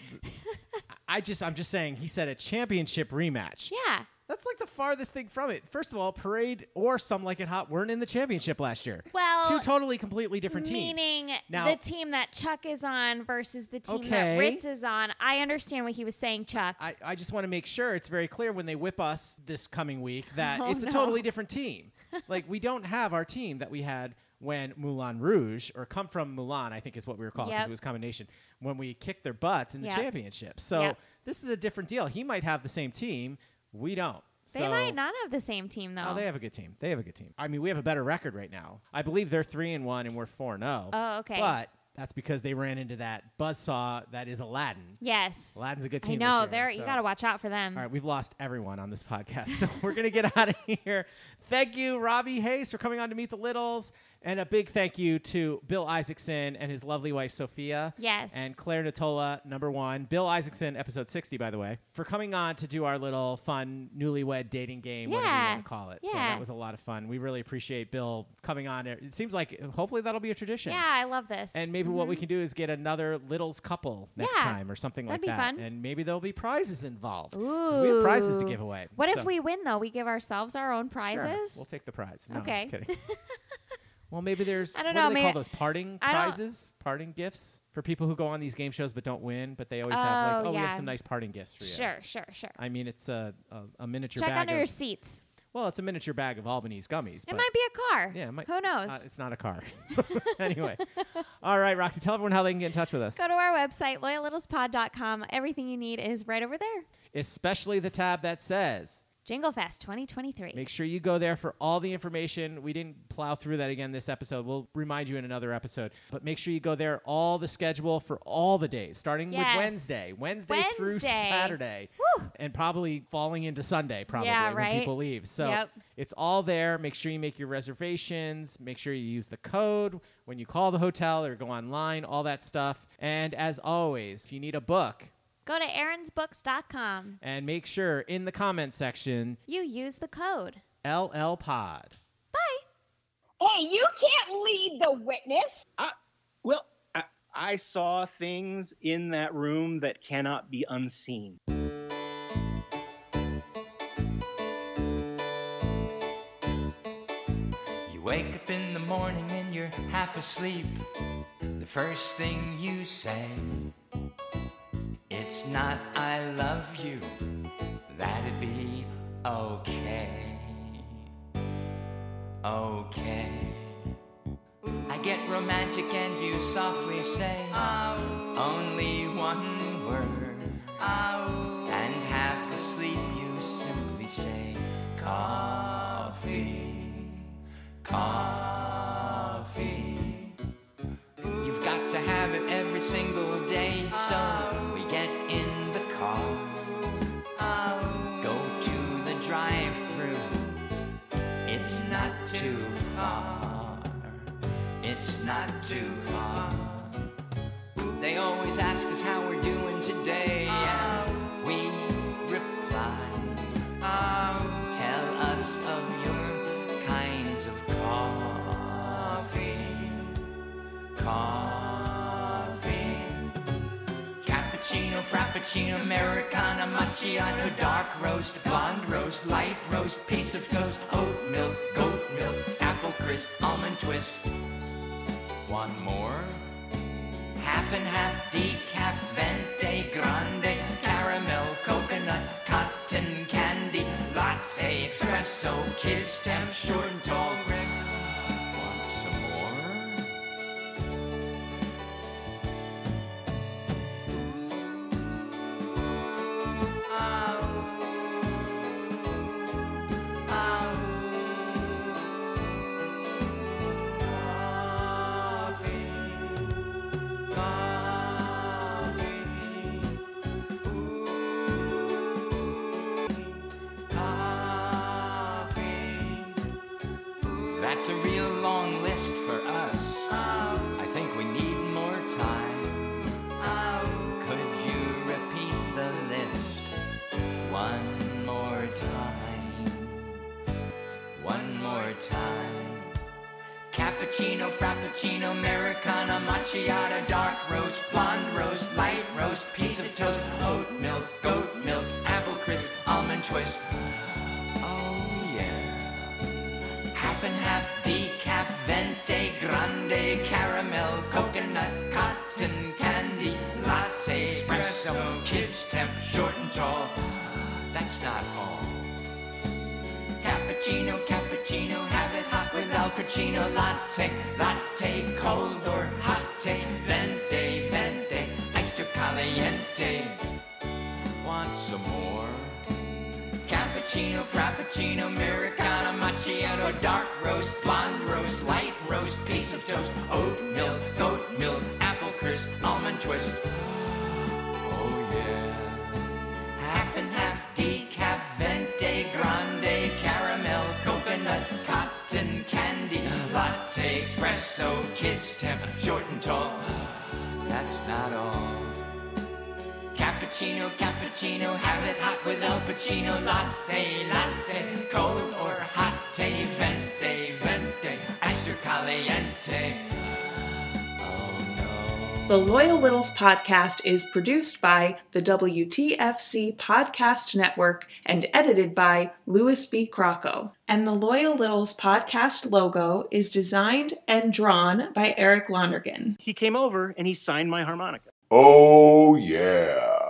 Speaker 2: I just I'm just saying he said a championship rematch.
Speaker 3: Yeah.
Speaker 2: That's like the farthest thing from it. First of all, Parade or Some Like It Hot weren't in the championship last year.
Speaker 3: Well,
Speaker 2: two totally completely different teams.
Speaker 3: Meaning
Speaker 2: Now-
Speaker 3: the team that Chuck is on versus the team
Speaker 2: Okay.
Speaker 3: that Ritz is on. I understand what he was saying, Chuck.
Speaker 2: I, I just want to make sure it's very clear when they whip us this coming
Speaker 3: *laughs*
Speaker 2: week that
Speaker 3: Oh,
Speaker 2: it's a
Speaker 3: no.
Speaker 2: totally different
Speaker 3: *laughs*
Speaker 2: team. like we don't have our team that we had when Moulin Rouge or come from Moulin, I think is what we were called because
Speaker 3: Yep.
Speaker 2: it was combination when we kicked their butts in the
Speaker 3: Yep.
Speaker 2: championship. So
Speaker 3: Yep.
Speaker 2: this is a different deal. He might have the same team, we don't.
Speaker 3: they
Speaker 2: So-
Speaker 3: might not have the same team though.
Speaker 2: No, they have a good team. They have a good team. I mean, we have a better record right now. I believe they're three and one, and we're four and zero.
Speaker 3: Oh, okay.
Speaker 2: But that's because they ran into that buzzsaw that is Aladdin.
Speaker 3: yes.
Speaker 2: Aladdin's a good team.
Speaker 3: I know.
Speaker 2: this year,
Speaker 3: they're you
Speaker 2: so-
Speaker 3: got to watch out for them.
Speaker 2: all right, we've lost everyone on this podcast, so *laughs* we're gonna get out of here. Thank you, Robbie Hayes, for coming on to Meet the Littles, and a big thank you to Bill Isaacson and his lovely wife Sophia.
Speaker 3: Yes.
Speaker 2: And Claire Natola, number one. Bill Isaacson, episode sixty, by the way, for coming on to do our little fun newlywed dating game, whatever you
Speaker 3: Yeah.
Speaker 2: want to call it. So
Speaker 3: Yeah.
Speaker 2: that was a lot of fun. We really appreciate Bill coming on. It seems like hopefully that'll be a tradition.
Speaker 3: Yeah, I love this.
Speaker 2: And maybe what we
Speaker 3: Mhm.
Speaker 2: can do is get another Littles couple next
Speaker 3: Yeah.
Speaker 2: time or something
Speaker 3: That'd
Speaker 2: like
Speaker 3: be
Speaker 2: that.
Speaker 3: fun.
Speaker 2: And maybe there'll be prizes involved. 'Cause
Speaker 3: Ooh.
Speaker 2: We have prizes to give away.
Speaker 3: What
Speaker 2: So-
Speaker 3: if we win though? We give ourselves our own prizes.
Speaker 2: Sure, we'll take the prize. No, I'm
Speaker 3: Okay.
Speaker 2: just
Speaker 3: *laughs*
Speaker 2: kidding. well, maybe there's.
Speaker 3: I don't
Speaker 2: what
Speaker 3: know,
Speaker 2: do they call
Speaker 3: maybe-
Speaker 2: those parting
Speaker 3: I don't-
Speaker 2: prizes, parting gifts for people who go on these game shows but don't win, but they always have like,
Speaker 3: Oh,
Speaker 2: oh, we have
Speaker 3: yeah.
Speaker 2: some nice parting gifts for you.
Speaker 3: Sure, sure, sure.
Speaker 2: I mean, it's a a, a miniature
Speaker 3: Check
Speaker 2: bag.
Speaker 3: under
Speaker 2: of,
Speaker 3: your seats.
Speaker 2: Well, it's a miniature bag of Albany's gummies.
Speaker 3: It
Speaker 2: but-
Speaker 3: might be a car.
Speaker 2: Yeah, it might,
Speaker 3: Who knows?
Speaker 2: uh, it's not a
Speaker 3: *laughs*
Speaker 2: car. *laughs* anyway, all right, Roxy, tell everyone how they can get in touch with us.
Speaker 3: Go to our website, loyallittlespod.com. Everything you need is right over there.
Speaker 2: especially the tab that says
Speaker 3: Jingle Fest 2023.
Speaker 2: make sure you go there for all the information we didn't plow through that again this episode we'll remind you in another episode but make sure you go there all the schedule for all the days starting
Speaker 3: Yes.
Speaker 2: with wednesday wednesday through
Speaker 3: Wednesday.
Speaker 2: saturday and probably falling into sunday probably
Speaker 3: Yeah,
Speaker 2: when
Speaker 3: right?
Speaker 2: people leave so
Speaker 3: Yep.
Speaker 2: it's all there make sure you make your reservations make sure you use the code when you call the hotel or go online all that stuff and as always if you need a book
Speaker 3: Go to aaronsbooks.com.
Speaker 2: and make sure in the comment section
Speaker 3: You use the code.
Speaker 2: LL Pod.
Speaker 8: Hey, you can't lead the witness.
Speaker 15: Well, I, I saw things in that room that cannot be unseen.
Speaker 16: You wake up in the morning and you're half asleep. The first thing you say, it's not I love you, that'd be okay. Okay. I get romantic and you softly say, only one word. And half asleep you simply say, coffee coffee. You've got to have it every single day, so we get in the car. Go to the drive thru. It's not too far. It's not too far. They always ask us how we're doing today, and we reply. Tell us of your kinds of coffee. Coffee. Cappuccino, frappuccino, Americano, macchiato, dark roast, blonde roast, light roast, piece of toast, oat milk, goat milk, apple crisp, almond twist. One more. Half and half decaf, vente, grande, caramel, coconut, cotton candy, latte, espresso, kid stamp, short and tall. Want some more? Coffee. Ooh.
Speaker 8: That's a real long list for us. I think we need more time. Could you repeat the list one more time? One more time. Cappuccino, frappuccino, Americano, macchiato, dark roast, blonde roast, light roast, piece of toast, oat milk, goat milk, apple crisp, almond twist. Oh yeah. Half and half decaf, vente, grande, caramel, coconut, cotton candy, latte, espresso, kids temp, short and tall. That's not all. Cappuccino, cappuccino, have it hot with Al Pacino, latte, latte, cold or hot tea, vente, vente, iced or caliente. Want some more? Cappuccino, frappuccino, americano, macchiato, dark roast, blonde roast, light roast, piece of toast, oat milk, goat milk, apple crisp, almond twist. Oh yeah. Half and half decaf, vente, grande, caramel, coconut, cotton candy, latte, espresso, kids temp, short and tall. That's not all. Cappuccino, cappuccino, have it hot with El Pacino, latte, latte, cold or hot tea, vente, vente, iced or caliente.
Speaker 1: The Loyal Littles podcast is produced by the WTFC Podcast Network and edited by Louis B. Crocco. And the Loyal Littles podcast logo is designed and drawn by Eric Lonergan.
Speaker 5: He came over and he signed my harmonica.
Speaker 17: Oh, yeah.